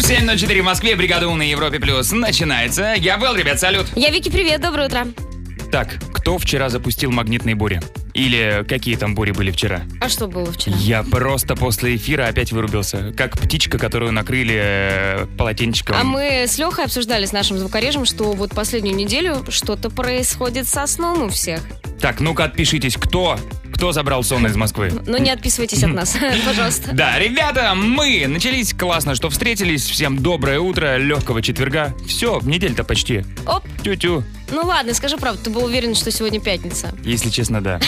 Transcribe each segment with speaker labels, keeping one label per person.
Speaker 1: 7.04 в Москве, бригада У на Европе Плюс. Начинается. Я был, ребят, салют.
Speaker 2: Я Вики, привет, доброе утро.
Speaker 1: Так, кто вчера запустил магнитные бури? Или какие там бури были вчера?
Speaker 2: А что было вчера?
Speaker 1: Я просто после эфира опять вырубился. Как птичка, которую накрыли э, полотенчиком.
Speaker 2: А мы с Лехой обсуждали с нашим звукорежем, что вот последнюю неделю что-то происходит со сном у всех.
Speaker 1: Так, ну-ка отпишитесь, кто? Кто забрал сон из Москвы?
Speaker 2: Но не отписывайтесь от нас, пожалуйста.
Speaker 1: Да, ребята, мы начались. Классно, что встретились. Всем доброе утро, легкого четверга. Все, недель-то почти.
Speaker 2: Оп,
Speaker 1: Тю-тю.
Speaker 2: ну ладно, скажи правду, ты был уверен, что сегодня пятница. А
Speaker 1: Если честно, да.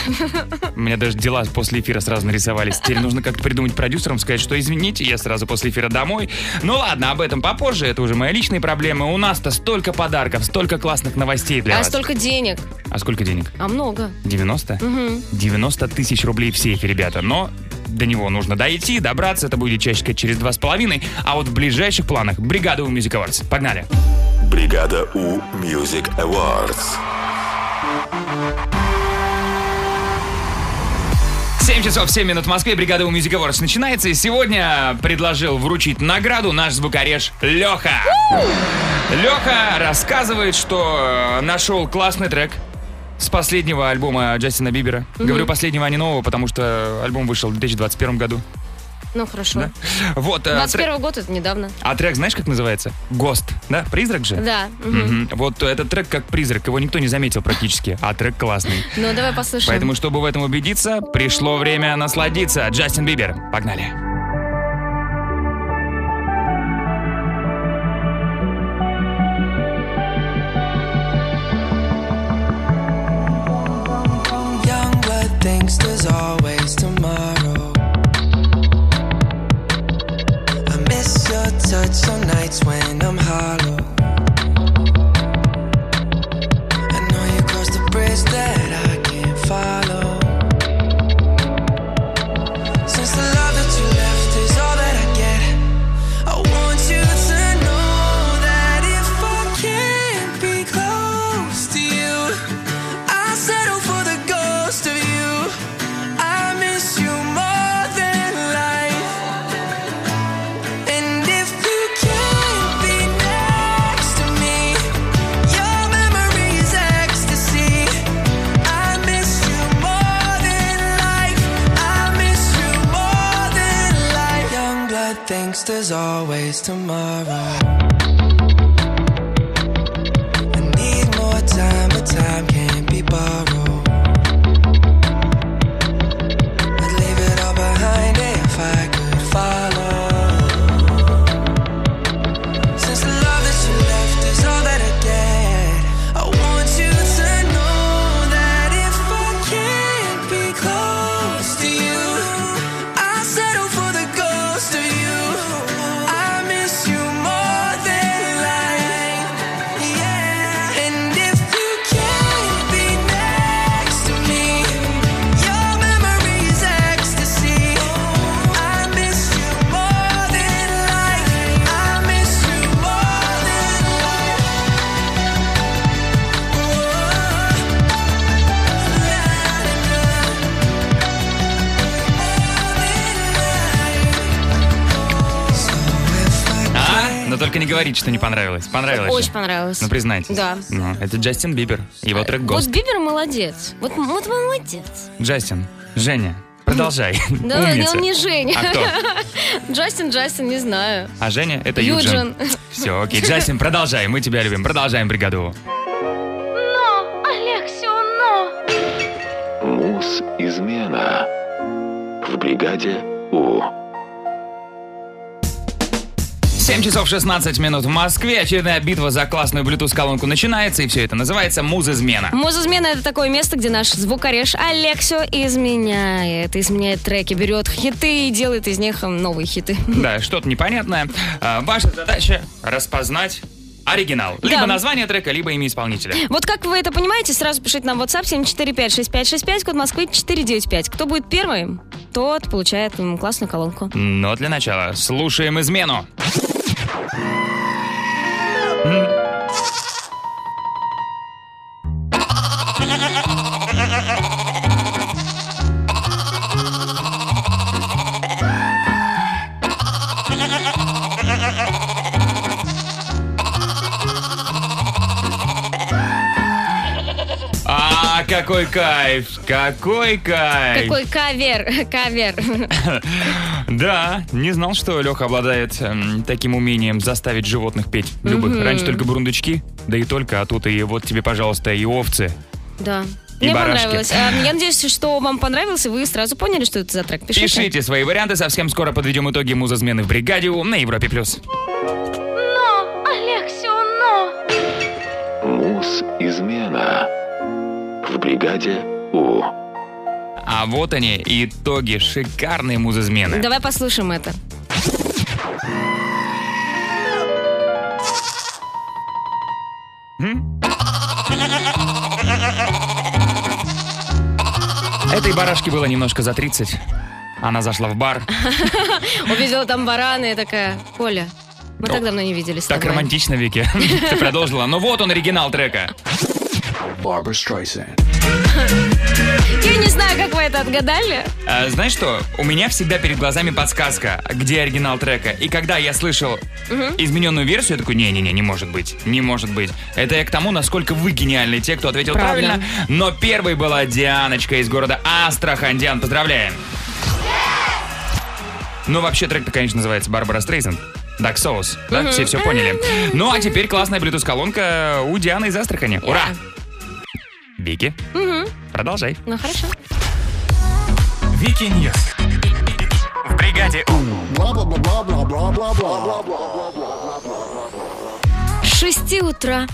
Speaker 1: У меня даже дела после эфира сразу нарисовались. Теперь нужно как-то придумать продюсерам, сказать, что извините, я сразу после эфира домой. Ну ладно, об этом попозже, это уже мои личные проблемы. У нас-то столько подарков, столько классных новостей для
Speaker 2: А
Speaker 1: вас.
Speaker 2: столько денег,
Speaker 1: А сколько денег?
Speaker 2: а много.
Speaker 1: 90?
Speaker 2: Мгм.
Speaker 1: 90 тысяч рублей в сейфе, ребята. Но до него нужно дойти, добраться. Это будет часика через два с половиной. А вот в ближайших планах бригада у Music Awards. Погнали.
Speaker 3: Бригада У Music Awards.
Speaker 1: 7 часов 7 минут в Москве. Бригада у Music Awards начинается. И сегодня предложил вручить награду наш звукореж Леха. Леха рассказывает, что э, нашел классный трек с последнего альбома Джастина Бибера. Говорю последнего, а не нового, потому что альбом вышел в 2021 году.
Speaker 2: Ну хорошо.
Speaker 1: Да? Вот. э, трек-
Speaker 2: 21 год это недавно.
Speaker 1: А трек знаешь, как называется? Гост, да? Призрак же?
Speaker 2: Да. мгм.
Speaker 1: Мгм. Вот этот трек как призрак, его никто не заметил практически, а трек классный.
Speaker 2: Ну давай послушаем.
Speaker 1: Поэтому, чтобы в этом убедиться, пришло время насладиться. Джастин Бибер, погнали.
Speaker 4: Young blood thinks there's always tomorrow. I miss your touch on nights when I'm hollow. I know you crossed the bridge that I can't follow. Since the love that you left is all that I get, I want you to know that if I can't be close to you. I settle for the ghost of you. I miss you more than life. And if you can't be next to me, your memory is ecstasy. I miss you more than life. I miss you more than life. Young blood thinks there's always tomorrow. I need more time, but time can't be borrowed. I'd leave it all behind if I could follow. Since the love that you left is all that I get, I want you to know that if I can't be close to you, I settle for the ghost of you. I miss you more than life. Yeah. And if you can't be next to me, your memory is ecstasy. I miss you more than life. I miss you more than life. So if I
Speaker 1: А? Но только не говорите, что не понравилось. Понравилось. же.
Speaker 2: Очень понравилось.
Speaker 1: Ну признайтесь.
Speaker 2: Да.
Speaker 1: Ну, это Джастин Бибер. Его трек
Speaker 2: Вот
Speaker 1: Гост.
Speaker 2: Бибер молодец. Вот, вот молодец.
Speaker 1: Джастин, Женя, продолжай.
Speaker 2: Да,
Speaker 1: Умница.
Speaker 2: он не Женя.
Speaker 1: А кто?
Speaker 2: Джастин, Джастин, не знаю.
Speaker 1: А Женя это
Speaker 2: Юджин.
Speaker 1: Юджин. Все, окей. Джастин, продолжай. Мы тебя любим. Продолжаем бригаду.
Speaker 5: Но, Алексио, но!
Speaker 3: Муз измена в бригаде У.
Speaker 1: 7 часов 16 минут в Москве. Очередная битва за классную Bluetooth-колонку начинается, и все это называется муз-измена.
Speaker 2: Музызмена — это такое место, где наш звукореж Алексио изменяет. Изменяет треки, берет хиты и делает из них м, новые хиты.
Speaker 1: Да, что-то непонятное. А, Ваша задача распознать оригинал. Либо
Speaker 2: Да.
Speaker 1: название трека, либо имя исполнителя.
Speaker 2: Вот как вы это понимаете, сразу пишите нам в WhatsApp 7456565, код Москвы 495. Кто будет первым, тот получает м, классную колонку.
Speaker 1: Но для начала слушаем измену. А, какой кайф! Какой кайф!
Speaker 2: Какой кавер, кавер.
Speaker 1: Да, не знал, что Леха обладает эм, таким умением заставить животных петь. Любых. Раньше только бурундучки, да и только, а тут и вот тебе, пожалуйста, и овцы.
Speaker 2: Да.
Speaker 1: И
Speaker 2: Мне
Speaker 1: барашки.
Speaker 2: понравилось. А, Я надеюсь, что вам понравился, и вы сразу поняли, что это за трек. Пишите.
Speaker 1: Пишите свои варианты, совсем скоро подведем итоги муза-змены в бригаде У на Европе+. плюс.
Speaker 5: Но, Алексио, но!
Speaker 3: Муз-измена в бригаде У.
Speaker 1: А вот они, итоги шикарной муза-змены.
Speaker 2: Давай послушаем это.
Speaker 1: Этой барашке было немножко за 30. Она зашла в бар.
Speaker 2: Увидела там бараны и такая, Коля, мы так давно не виделись. с
Speaker 1: Ну, Так
Speaker 2: тобой».
Speaker 1: романтично, Вики. Ты продолжила. Но вот он, оригинал трека.
Speaker 6: Barbara Streisand.
Speaker 2: Я не знаю, как вы это отгадали.
Speaker 1: А, знаешь что? У меня всегда перед глазами подсказка, где оригинал трека. И когда я слышал измененную версию, я такой, не-не-не, не может быть, не может быть. Это я к тому, насколько вы гениальны, те, кто ответил
Speaker 2: Правда.
Speaker 1: правильно. Но первой была Дианочка из города Астрахань. Диан, поздравляем. Ну, вообще, трек-то, конечно, называется «Барбара Стрейзен». Дак Соус, да? Все все поняли. Ну, а теперь классная Bluetooth-колонка у Дианы из Астрахани. Ура! Вики, продолжай.
Speaker 2: Ну хорошо.
Speaker 1: Вики Ньюс. В бригаде
Speaker 2: С 6 утра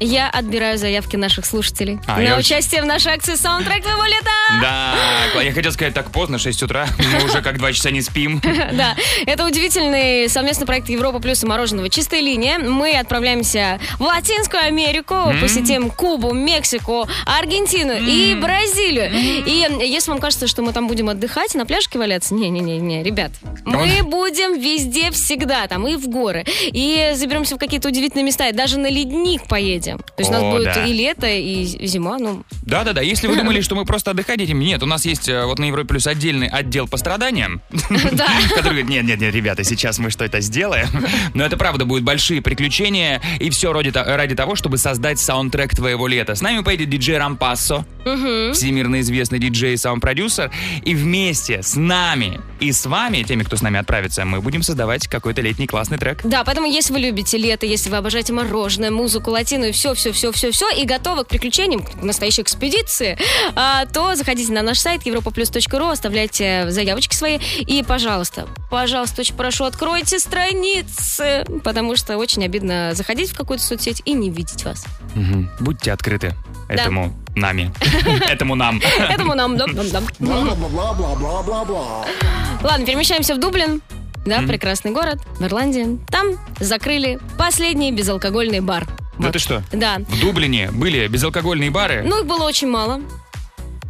Speaker 2: я отбираю заявки наших слушателей
Speaker 1: А,
Speaker 2: на
Speaker 1: я уж-
Speaker 2: участие в нашей акции «Саундтрек твоего лета».
Speaker 1: Да, Кла- я хотел сказать, так поздно, 6 утра, мы уже как 2 часа не спим.
Speaker 2: Да, это удивительный совместный проект Европа плюс и мороженого «Чистая линия». Мы отправляемся в Латинскую Америку, посетим Кубу, Мексику, Аргентину и Бразилию. И если вам кажется, что мы там будем отдыхать, на пляжке валяться, не-не-не, ребят, мы будем везде всегда, там и в горы, и заберемся в какие-то удивительные места, и даже на ледник поедем. То есть у нас
Speaker 1: О,
Speaker 2: будет
Speaker 1: да.
Speaker 2: и лето, и зима, ну,
Speaker 1: Да-да-да, если вы думали, что мы просто отдыхать этим, нет, у нас есть э, вот на Европе Плюс отдельный отдел по страданиям,
Speaker 2: да.
Speaker 1: который говорит, нет-нет-нет, ребята, сейчас мы что-то сделаем. Но это правда, будут большие приключения, и все ради, то- ради того, чтобы создать саундтрек твоего лета. С нами поедет диджей Рампассо, всемирно известный диджей и саунд-продюсер, и вместе с нами и с вами, теми, кто с нами отправится, мы будем создавать какой-то летний классный трек.
Speaker 2: Да, поэтому если вы любите лето, если вы обожаете мороженое, музыку, латину и все-все-все-все-все, и готовы к приключениям, к настоящей экспедиции, а, то заходите на наш сайт europaplus.ru, оставляйте заявочки свои, и, пожалуйста, пожалуйста, очень прошу, откройте страницы, потому что очень обидно заходить в какую-то соцсеть и не видеть вас.
Speaker 1: Мгм. Будьте открыты этому нами. Этому нам.
Speaker 2: Этому нам... дам, дам, дам. Ладно, перемещаемся в Дублин. Да, прекрасный город, в Ирландии. Там закрыли последний безалкогольный бар.
Speaker 1: Да
Speaker 2: Вот.
Speaker 1: Ну ты что?
Speaker 2: Да.
Speaker 1: В Дублине были безалкогольные бары.
Speaker 2: Ну, их было очень мало.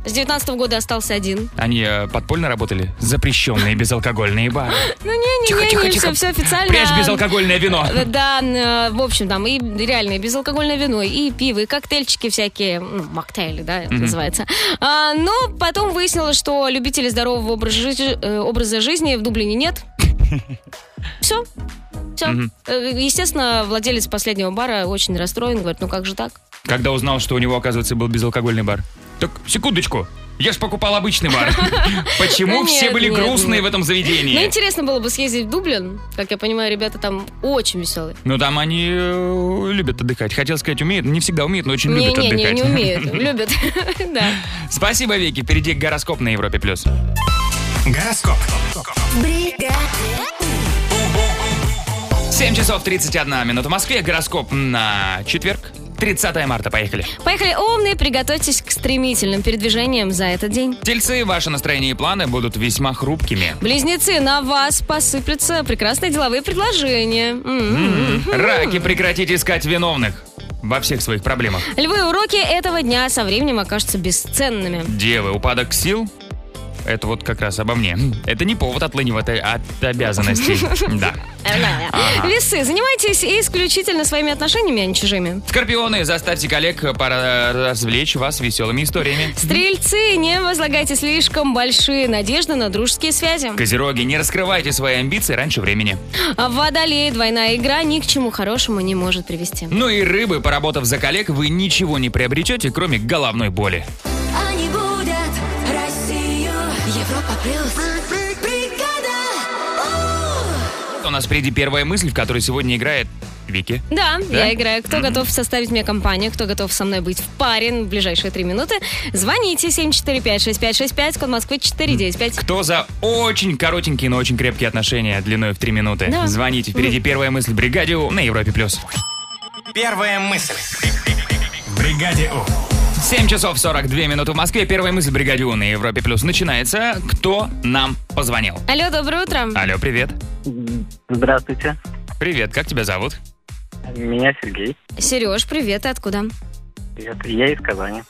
Speaker 2: С 19 года остался один.
Speaker 1: Они э, подпольно работали? Запрещенные безалкогольные бары.
Speaker 2: Ну, не,
Speaker 1: Тихо,
Speaker 2: не,
Speaker 1: тихо,
Speaker 2: не,
Speaker 1: тихо.
Speaker 2: все, все официально.
Speaker 1: Прячь безалкогольное вино.
Speaker 2: Э, Да, э, в общем, там и реально и безалкогольное вино, и пиво, и коктейльчики всякие, ну, моктейли, да, это называется. А, но потом выяснилось, что любителей здорового образа, жи- э, образа жизни в Дублине нет. Все. Все. Э, Естественно, владелец последнего бара очень расстроен, говорит, ну как же так?
Speaker 1: Когда узнал, что у него, оказывается, был безалкогольный бар. Так, секундочку. Я ж покупал обычный бар. Почему
Speaker 2: Ну,
Speaker 1: все
Speaker 2: нет,
Speaker 1: были
Speaker 2: нет,
Speaker 1: грустные
Speaker 2: нет.
Speaker 1: в этом
Speaker 2: Ну,
Speaker 1: заведении?
Speaker 2: интересно было бы съездить в Дублин. Как я понимаю, ребята там очень веселые.
Speaker 1: Ну, там они э, любят отдыхать. Хотел сказать, умеют. Не всегда умеют, но очень любят
Speaker 2: Не-не-не,
Speaker 1: отдыхать.
Speaker 2: не умеют. Любят. Да.
Speaker 1: Спасибо, Вики. Впереди гороскоп на Европе+. плюс.
Speaker 6: Гороскоп.
Speaker 1: 7 часов 31 минута в Москве. Гороскоп на четверг. 30 марта. Поехали.
Speaker 2: Поехали, умные, приготовьтесь к стремительным передвижениям за этот день.
Speaker 1: Тельцы, ваше настроение и планы будут весьма хрупкими.
Speaker 2: Близнецы, на вас посыплются прекрасные деловые предложения.
Speaker 1: М-м.
Speaker 2: М-м-м.
Speaker 1: Раки, прекратите искать виновных во всех своих проблемах.
Speaker 2: Львы, уроки этого дня со временем окажутся бесценными.
Speaker 1: Девы, упадок сил это вот как раз обо мне. Это не повод отлынивать от обязанностей. Да.
Speaker 2: Э, Весы, занимайтесь исключительно своими отношениями, а не чужими.
Speaker 1: Скорпионы, заставьте коллег э, пора развлечь вас веселыми историями.
Speaker 2: Стрельцы, не возлагайте слишком большие надежды на дружеские связи.
Speaker 1: Козероги, не раскрывайте свои амбиции раньше времени.
Speaker 2: А Водолей, двойная игра ни к чему хорошему не может привести.
Speaker 1: Ну и рыбы, поработав за коллег, вы ничего не приобретете, кроме головной боли.
Speaker 7: Они будут Россию. Европа плюс. Бригада. У!
Speaker 1: У нас впереди первая мысль, в которой сегодня играет Вики.
Speaker 2: Да,
Speaker 1: Да?
Speaker 2: я играю. Кто готов составить мне компанию, кто готов со мной быть в паре в ближайшие три минуты, звоните 745-6565, код Москвы 495.
Speaker 1: Кто за очень коротенькие, но очень крепкие отношения длиной в три минуты?
Speaker 2: Да.
Speaker 1: Звоните, впереди первая мысль Бригадио на Европе+. плюс.
Speaker 6: Первая мысль. В бригаде У.
Speaker 1: 7 часов 42 минуты в Москве. Первая мысль Бригадио на Европе+. плюс начинается. Кто нам позвонил?
Speaker 2: Алло, доброе утро.
Speaker 1: Алло, привет.
Speaker 8: Здравствуйте.
Speaker 1: Привет, как тебя зовут?
Speaker 8: Меня Сергей.
Speaker 1: А.
Speaker 2: Сереж, привет, ты откуда?
Speaker 8: Привет. Я из Казани.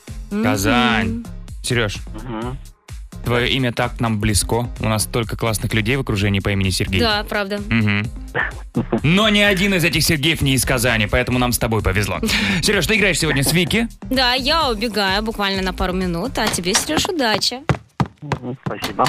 Speaker 1: Казань. Сереж,
Speaker 8: Мгм.
Speaker 1: твое имя так нам близко. У нас столько классных людей в окружении по имени Сергей.
Speaker 2: Да, правда.
Speaker 1: Мгм. Но ни один из этих Сергеев не из Казани, поэтому нам с тобой повезло. Сереж, ты играешь сегодня с Вики.
Speaker 2: Да, я убегаю буквально на пару минут, а тебе, Сереж, удачи.
Speaker 8: Мгм, Ну, Спасибо.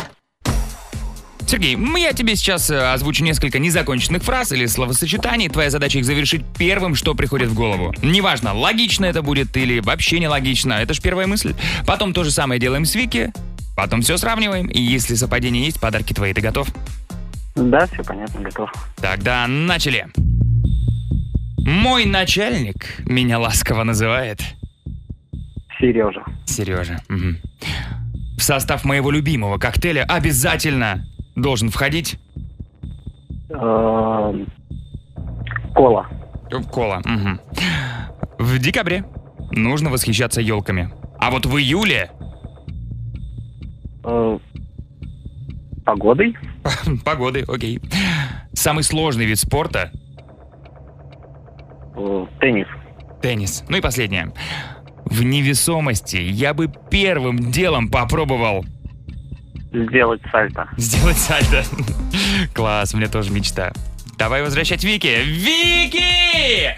Speaker 1: Сергей, м, я тебе сейчас э, озвучу несколько незаконченных фраз или словосочетаний. Твоя задача их завершить первым, что приходит в голову. Неважно, логично это будет или вообще нелогично. Это же первая мысль. Потом то же самое делаем с Вики. Потом все сравниваем. И если совпадение есть, подарки твои. Ты готов?
Speaker 8: Да, все понятно, готов.
Speaker 1: Тогда начали. Мой начальник меня ласково называет.
Speaker 8: Сережа.
Speaker 1: Сережа. В состав моего любимого коктейля обязательно должен входить
Speaker 8: Эм, Кола.
Speaker 1: кола. Мгм. В декабре нужно восхищаться елками. А вот в июле
Speaker 8: Э, Погодой.
Speaker 1: погоды, окей. Самый сложный вид спорта
Speaker 8: Э, Теннис.
Speaker 1: – теннис. Ну и последнее. В невесомости я бы первым делом попробовал
Speaker 8: Сделать сальто.
Speaker 1: сделать сальто. Класс, мне тоже мечта. Давай возвращать Вики. Вики!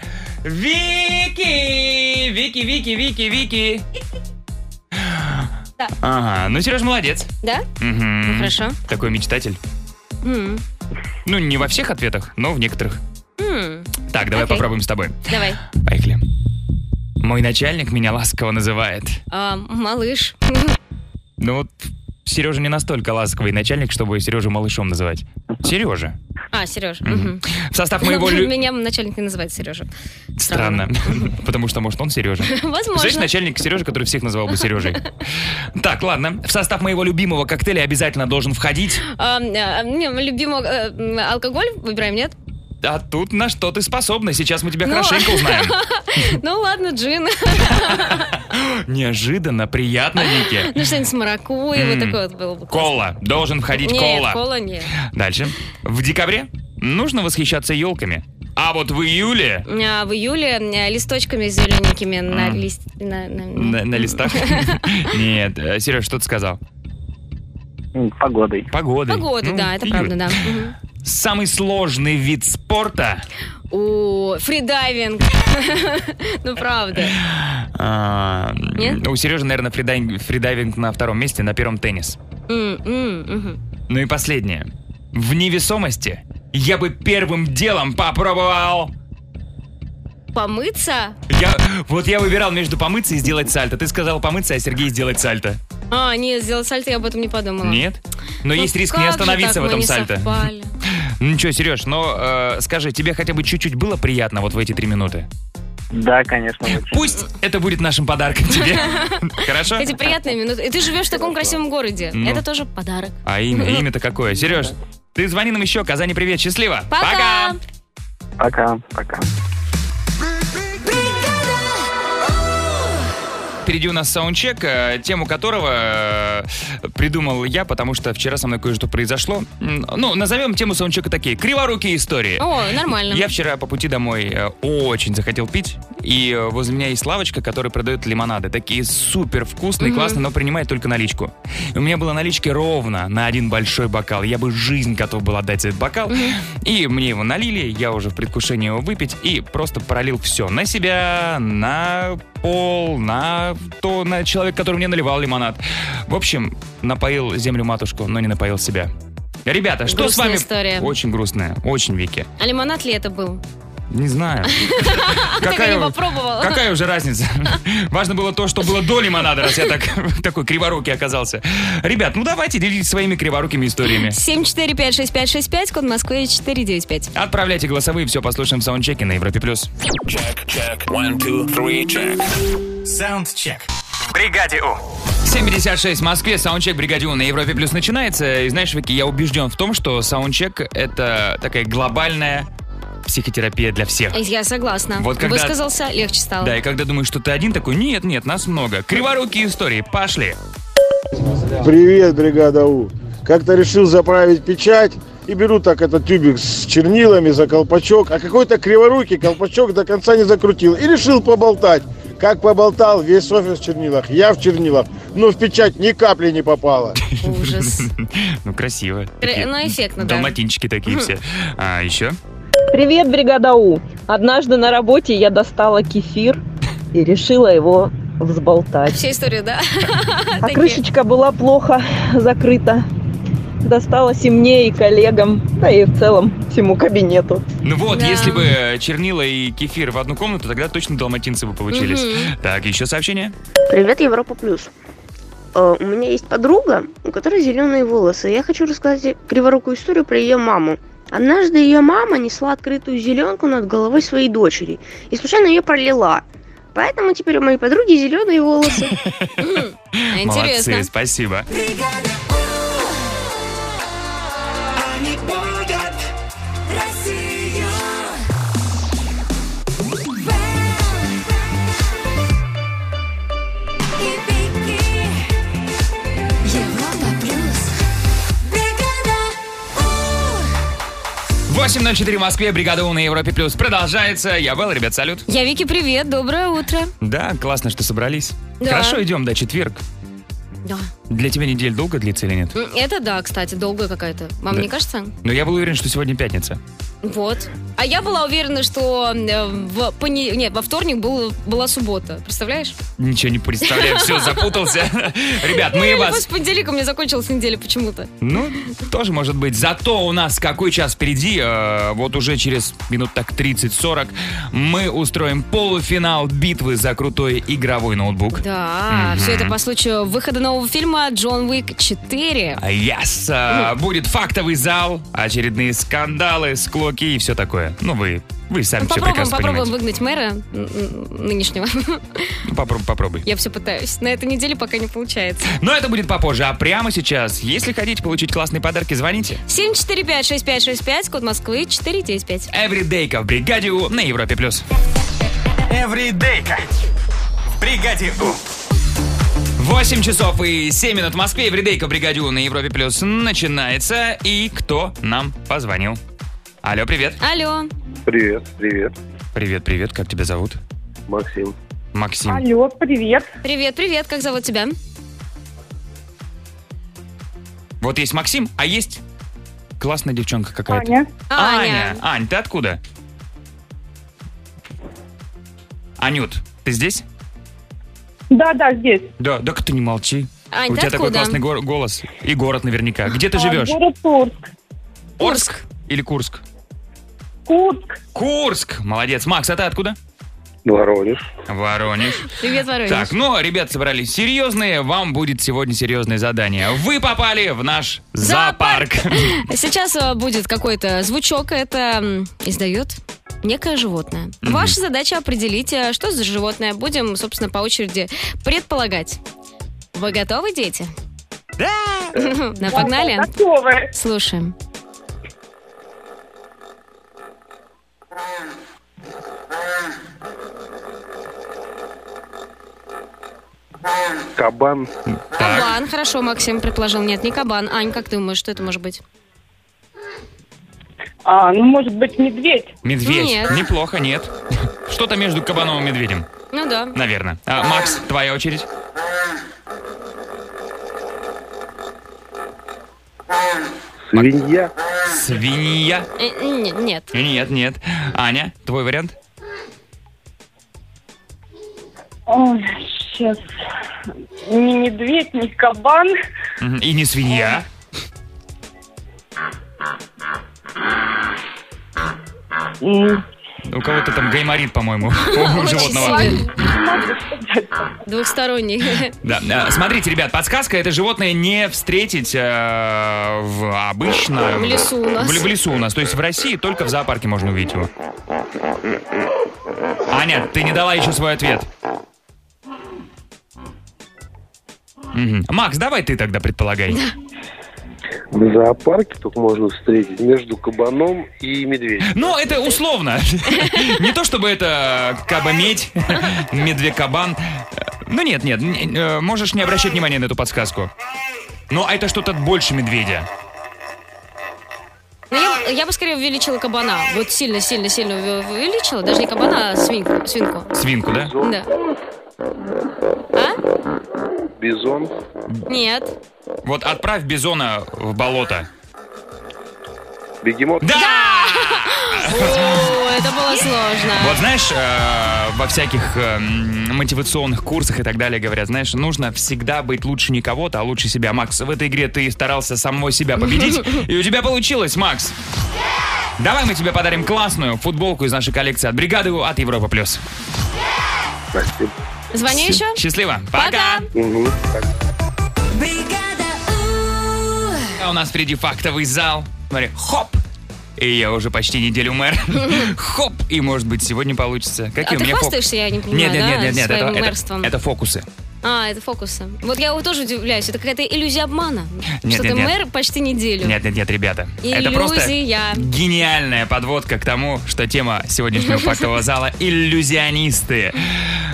Speaker 1: Вики! Вики, Вики, Вики, Вики.
Speaker 2: Да.
Speaker 1: Ага, ну Сереж молодец.
Speaker 2: Да?
Speaker 1: Мгм.
Speaker 2: Ну, хорошо.
Speaker 1: Такой мечтатель.
Speaker 2: М,
Speaker 1: Ну, не во всех ответах, но в некоторых.
Speaker 2: м,
Speaker 1: Так, давай
Speaker 2: Окей.
Speaker 1: попробуем с тобой.
Speaker 2: Давай.
Speaker 1: Поехали. Мой начальник меня ласково называет.
Speaker 2: А, малыш.
Speaker 1: Ну вот, Сережа не настолько ласковый начальник, чтобы Сережу малышом называть. Сережа.
Speaker 2: А, Сереж.
Speaker 1: Мгм. В состав моего... лю-
Speaker 2: Меня начальник не называет Сережа.
Speaker 1: Странно. Потому что, может, он Сережа. Знаешь,
Speaker 2: Возможно.
Speaker 1: начальник Сережа, который всех называл бы Сережей. Так, ладно. В состав моего любимого коктейля обязательно должен входить.
Speaker 2: А, а, мне любимый э, м, алкоголь выбираем, нет?
Speaker 1: А тут на что ты способна. Сейчас мы тебя
Speaker 2: Ну.
Speaker 1: хорошенько узнаем.
Speaker 2: Ну ладно, джин.
Speaker 1: Неожиданно, приятно, Вики.
Speaker 2: Ну что-нибудь с маракуйей, вот
Speaker 1: М.
Speaker 2: такое вот было бы. классно.
Speaker 1: Кола. Должен входить
Speaker 2: Нет,
Speaker 1: кола.
Speaker 2: кола нет.
Speaker 1: Дальше. В декабре нужно восхищаться елками. А вот в июле
Speaker 2: А, в июле э, листочками зелененькими на
Speaker 1: М.
Speaker 2: лист... На, на-
Speaker 1: на, на листах. Нет, э, Сереж, что ты сказал?
Speaker 8: М, Погодой.
Speaker 1: Погоды.
Speaker 2: Погоды,
Speaker 1: Ну,
Speaker 2: да, это
Speaker 1: июль.
Speaker 2: правда, да. Мгм.
Speaker 1: Самый сложный вид спорта.
Speaker 2: О, фридайвинг. Ну, правда.
Speaker 1: А,
Speaker 2: Нет?
Speaker 1: У Сережи, наверное, фридайвинг, фридайвинг на втором месте, на первом теннис.
Speaker 2: М, м, мгм.
Speaker 1: Ну и последнее. В невесомости я бы первым делом попробовал...
Speaker 2: Помыться?
Speaker 1: Я, вот я выбирал между помыться и сделать сальто. Ты сказал помыться, а Сергей сделать сальто.
Speaker 2: А, нет, сделать сальто, я об этом не подумала.
Speaker 1: Нет? Но
Speaker 2: Ну,
Speaker 1: есть риск не
Speaker 2: как же
Speaker 1: остановиться в
Speaker 2: так мы
Speaker 1: этом
Speaker 2: не
Speaker 1: сальто.
Speaker 2: совпали?
Speaker 1: Ну Ничего, Сереж, но э, скажи, тебе хотя бы чуть-чуть было приятно вот в эти три минуты?
Speaker 8: Да, конечно. очень.
Speaker 1: Пусть это будет нашим подарком тебе. Хорошо?
Speaker 2: Эти приятные минуты. И ты живешь в таком красивом городе.
Speaker 1: Ну.
Speaker 2: Это тоже подарок.
Speaker 1: А имя, имя-то какое? Сереж, ты звони нам еще. Казани, привет, счастливо.
Speaker 2: Пока!
Speaker 8: Пока. Пока.
Speaker 1: Впереди у нас саундчек, э, тему которого э, придумал я, потому что вчера со мной кое-что произошло. М, Ну, назовем тему саундчека такие. Криворукие истории.
Speaker 2: О, нормально.
Speaker 1: Я вчера по пути домой э, очень захотел пить. и э, возле меня есть лавочка, которая продает лимонады. Такие супер вкусные, классные, но принимает только наличку. И У меня было налички ровно на один большой бокал. Я бы жизнь готов был отдать за этот бокал. И мне его налили, я уже в предвкушении его выпить, и просто пролил все. На себя, на пол, на то, на человека, который мне наливал лимонад. В общем, напоил землю матушку, но не напоил себя. Ребята, что с
Speaker 2: Грустная
Speaker 1: вами?
Speaker 2: история.
Speaker 1: Очень грустная, очень Вики.
Speaker 2: А лимонад ли это был?
Speaker 1: Не знаю.
Speaker 2: и не попробовала.
Speaker 1: Какая уже разница? Важно было то, что было до лимонада, раз я так, такой криворукий оказался. Ребят, ну давайте делитесь своими криворукими историями.
Speaker 2: 7456565, код Москвы 495.
Speaker 1: Отправляйте голосовые, все послушаем в саундчеке на Европе+. плюс.
Speaker 6: Саундчек. В бригаде У.
Speaker 1: 7.56 в Москве, саундчек Бригадион на Европе Плюс начинается. И знаешь, Вики, я убежден в том, что саундчек — это такая глобальная психотерапия для всех.
Speaker 2: Я согласна.
Speaker 1: Вот когда-
Speaker 2: Высказался, легче стало.
Speaker 1: Да, и когда думаешь, что ты один, такой, нет, нет, нас много. Криворукие истории, пошли.
Speaker 9: Привет, бригада У. Как-то решил заправить печать и беру так этот тюбик с чернилами за колпачок, а какой-то криворукий колпачок до конца не закрутил и решил поболтать. Как поболтал, весь офис в чернилах, я в чернилах, но в печать ни капли не попало.
Speaker 2: Ужас.
Speaker 1: Ну, красиво.
Speaker 2: Кр- Ну, эффектно, да.
Speaker 1: Долматинчики такие все. А еще?
Speaker 10: Привет, бригада У. Однажды на работе я достала кефир и решила его взболтать.
Speaker 2: Всю историю, да?
Speaker 10: А
Speaker 2: Такие.
Speaker 10: крышечка была плохо закрыта. Досталась и мне, и коллегам, да и в целом всему кабинету.
Speaker 1: Ну вот,
Speaker 2: Да.
Speaker 1: если бы э, чернила и кефир в одну комнату, тогда точно долматинцы бы получились. Так, еще сообщение?
Speaker 11: Привет, Европа Плюс. Э, У меня есть подруга, у которой зеленые волосы. Я хочу рассказать криворукую историю про ее маму. Однажды ее мама несла открытую зеленку над головой своей дочери и случайно ее пролила. Поэтому теперь у моей подруги зеленые волосы.
Speaker 2: Интересно.
Speaker 1: Молодцы, спасибо.
Speaker 4: Они будут Россию.
Speaker 7: и Вики. Европа плюс.
Speaker 4: Бригада У.
Speaker 1: 8.04 в Москве, бригада У на Европе Плюс продолжается. Я был, ребят, салют.
Speaker 2: Я Вики, привет, доброе утро.
Speaker 1: Да, классно, что собрались.
Speaker 2: Да.
Speaker 1: Хорошо, идем, да, четверг.
Speaker 2: Да.
Speaker 1: Для тебя неделя долго длится или нет?
Speaker 2: М, Это да, кстати, долгая какая-то. Вам
Speaker 1: Да.
Speaker 2: не кажется?
Speaker 1: Но я был уверен, что сегодня пятница.
Speaker 2: Вот. А я была уверена, что э, в пони... Нет, во вторник был, была суббота. Представляешь?
Speaker 1: Ничего не представляю, все, запутался. Ребят, мы
Speaker 2: Или
Speaker 1: вас...
Speaker 2: после понедельника у меня закончилась неделя почему-то.
Speaker 1: Ну, тоже может быть. Зато у нас какой час впереди. Э, вот уже через минут так 30-40 мы устроим полуфинал битвы за крутой игровой ноутбук.
Speaker 2: Да, все это по случаю выхода нового фильма «Джон Уик 4».
Speaker 1: А Yes! Э, Будет фактовый зал, очередные скандалы, склоки и все такое. Ну, вы, вы сами
Speaker 2: Ну,
Speaker 1: все
Speaker 2: попробуем,
Speaker 1: прекрасно
Speaker 2: попробуем
Speaker 1: понимаете.
Speaker 2: выгнать мэра м, м, нынешнего.
Speaker 1: Ну, попробуй, попробуй.
Speaker 2: Я все пытаюсь. На этой неделе пока не получается.
Speaker 1: Но это будет попозже, а прямо сейчас, если хотите получить классные подарки, звоните.
Speaker 2: 745-6565, код Москвы 495.
Speaker 1: Эвридейка в бригаде У на Европе+. плюс.
Speaker 6: Эвридейка. В бригаде У.
Speaker 1: 8 часов и 7 минут в Москве. Эвридейка в бригаде У на Европе+. плюс начинается. И кто нам позвонил? Алло, привет.
Speaker 2: Алло.
Speaker 8: Привет, привет,
Speaker 1: Привет, привет, как тебя зовут?
Speaker 8: Максим.
Speaker 1: Максим.
Speaker 10: Алло, привет.
Speaker 2: Привет, привет, как зовут тебя?
Speaker 1: Вот есть Максим, а есть классная девчонка какая-то. Аня, Ань, ты откуда? Анют, ты здесь?
Speaker 10: Да, да, здесь.
Speaker 1: Да, да ты не молчи.
Speaker 2: Ань,
Speaker 1: У
Speaker 2: ты
Speaker 1: тебя такой
Speaker 2: откуда?
Speaker 1: классный гор- голос. И город наверняка. Где ты живешь?
Speaker 10: Город Курск.
Speaker 1: Орск или Курск?
Speaker 10: Курск.
Speaker 1: Курск! Молодец. Макс, а ты откуда?
Speaker 8: Воронеж.
Speaker 1: Воронеж.
Speaker 2: Привет, Воронеж.
Speaker 1: Так, ну, ребят, собрались серьезные. Вам будет сегодня серьезное задание. Вы попали в наш зоопарк.
Speaker 2: Сейчас э, будет какой-то звучок, это м, издает некое животное. Ваша задача определить, э, что за животное. Будем, собственно, по очереди предполагать. Вы готовы, дети? Да! Ну, погнали.
Speaker 10: Готовы.
Speaker 2: Слушаем.
Speaker 8: Кабан.
Speaker 1: Так,
Speaker 2: Кабан, хорошо, Максим предположил. Нет, не кабан. Ань, как ты думаешь, что это может быть?
Speaker 12: А, ну, может быть, медведь?
Speaker 1: Медведь.
Speaker 12: Нет.
Speaker 1: Неплохо, нет. Что-то между кабаном и медведем.
Speaker 2: Ну да.
Speaker 1: Наверное. А, Макс, твоя очередь.
Speaker 8: Свинья.
Speaker 1: Свинья.
Speaker 2: Э, н- Нет.
Speaker 1: Нет, нет. Аня, твой вариант?
Speaker 12: Ой, сейчас. Не медведь, не кабан.
Speaker 1: Мгм. И не свинья. У кого-то там гайморит, по-моему, у
Speaker 2: Очень
Speaker 1: животного.
Speaker 2: слабый. Двухсторонний.
Speaker 1: Да. А, Смотрите, ребят, подсказка это животное не встретить э, в обычно
Speaker 2: В лесу у нас.
Speaker 1: В, в лесу у нас, то есть в России только в зоопарке можно увидеть его. Аня, ты не дала еще свой ответ. Мгм. Макс, давай ты тогда предполагай.
Speaker 8: В зоопарке только можно встретить между кабаном и медведем.
Speaker 1: Ну, это условно. Не то чтобы это кабамедь, медвекабан. Ну нет, нет, н- э, можешь не обращать внимания на эту подсказку. Ну, а это что-то больше медведя.
Speaker 2: Ну, я, я бы скорее увеличила кабана. Вот сильно-сильно-сильно уве- увеличила. Даже не кабана, а свинку. свинку.
Speaker 1: Свинку, да?
Speaker 2: Да.
Speaker 8: Бизон.
Speaker 2: Нет.
Speaker 1: Вот отправь бизона в болото.
Speaker 8: Бегемот.
Speaker 1: Да!
Speaker 2: О, это было сложно.
Speaker 1: Вот знаешь, э, во всяких э, м, мотивационных курсах и так далее говорят, знаешь, нужно всегда быть лучше не кого-то, а лучше себя. Макс, в этой игре ты старался самого себя победить, и у тебя получилось, Макс. Давай мы тебе подарим классную футболку из нашей коллекции от бригады У от Европа плюс.
Speaker 8: Спасибо.
Speaker 2: Звони еще.
Speaker 1: Счастливо. Пока. А у нас впереди фактовый зал. Смотри, хоп. И я уже почти неделю мэр. Хоп. И может быть сегодня получится. Какие
Speaker 2: а
Speaker 1: у
Speaker 2: ты
Speaker 1: меня фок-
Speaker 2: хвастаешься, я не понимаю,
Speaker 1: Нет, нет,
Speaker 2: да,
Speaker 1: нет, нет, нет,
Speaker 2: своим
Speaker 1: это- это,
Speaker 2: мэрством?
Speaker 1: это фокусы.
Speaker 2: А, это фокусы. Вот я вот тоже удивляюсь. Это какая-то иллюзия обмана.
Speaker 1: Нет,
Speaker 2: что
Speaker 1: нет,
Speaker 2: ты
Speaker 1: нет.
Speaker 2: мэр почти неделю.
Speaker 1: Нет, нет, нет, ребята. Это просто
Speaker 2: Иллюзия.
Speaker 1: гениальная подводка к тому, что тема сегодняшнего фактового зала — иллюзионисты.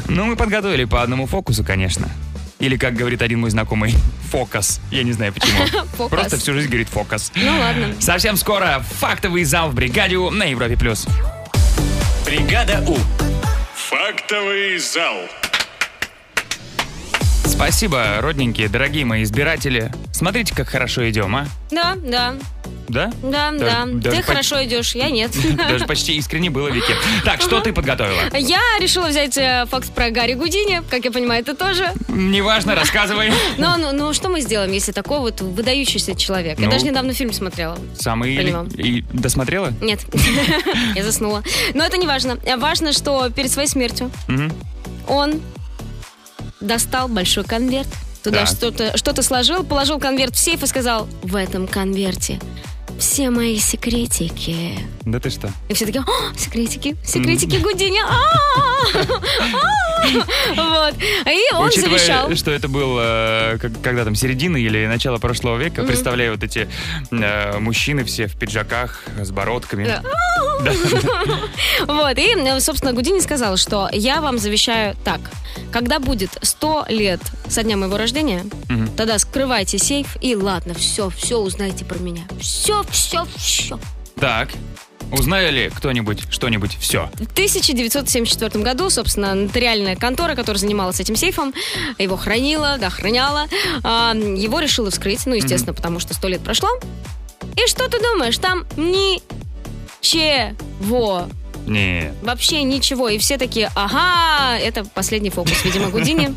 Speaker 1: Ну, мы подготовили по одному фокусу, конечно. Или, как говорит один мой знакомый, фокус. Я не знаю почему.
Speaker 2: Фокус.
Speaker 1: Просто всю жизнь говорит фокус.
Speaker 2: Ну ладно.
Speaker 1: Совсем скоро фактовый зал в бригаде У на Европе плюс. Бригада У.
Speaker 13: Фактовый зал.
Speaker 1: Спасибо, родненькие, дорогие мои избиратели. Смотрите, как хорошо идем, а?
Speaker 2: Да, да,
Speaker 1: Да?
Speaker 2: да,
Speaker 1: Даже-
Speaker 2: да.
Speaker 1: даже
Speaker 2: ты
Speaker 1: поч-
Speaker 2: хорошо идешь, я нет.
Speaker 1: Даже почти искренне было, Вики. Так, что ты подготовила?
Speaker 2: Я решила взять э, факт про Гарри Гудини. Как я понимаю, ты тоже.
Speaker 1: Неважно, рассказывай.
Speaker 2: Но, ну, ну, что мы сделаем, если такой вот выдающийся человек? Я
Speaker 1: Ну.
Speaker 2: даже недавно фильм смотрела.
Speaker 1: Самый... или-
Speaker 2: Поняла.
Speaker 1: И досмотрела?
Speaker 2: Нет, я заснула. Но это не важно. Э, Важно, что перед своей смертью
Speaker 1: Мгм.
Speaker 2: он достал большой конверт. Туда
Speaker 1: Так.
Speaker 2: что-то что сложил, положил конверт в сейф и сказал, в этом конверте все мои секретики.
Speaker 1: Да ты что?
Speaker 2: И все такие, «О, секретики, секретики Гудини. а-а-а, а-а». Вот. И он
Speaker 1: Учитывая,
Speaker 2: завещал.
Speaker 1: что это было, э, как- когда там, середина или начало прошлого века,
Speaker 2: Мгм.
Speaker 1: представляю вот эти э, мужчины все в пиджаках с бородками.
Speaker 2: Да.
Speaker 1: Да.
Speaker 2: Вот, и, э, собственно, Гудини сказал, что я вам завещаю так. Когда будет 100 лет со дня моего рождения,
Speaker 1: Мгм.
Speaker 2: тогда скрывайте сейф и ладно, все, все узнаете про меня. Все, все, все.
Speaker 1: Так, узнали ли кто-нибудь что-нибудь? Все.
Speaker 2: В 1974 году, собственно, нотариальная контора, которая занималась этим сейфом, его хранила, да, храняла, а, его решила вскрыть, ну, естественно, потому что 100 лет прошло. И что ты думаешь, там ничего
Speaker 1: Нет.
Speaker 2: Вообще ничего. И все такие, ага, это последний фокус, видимо, Гудини.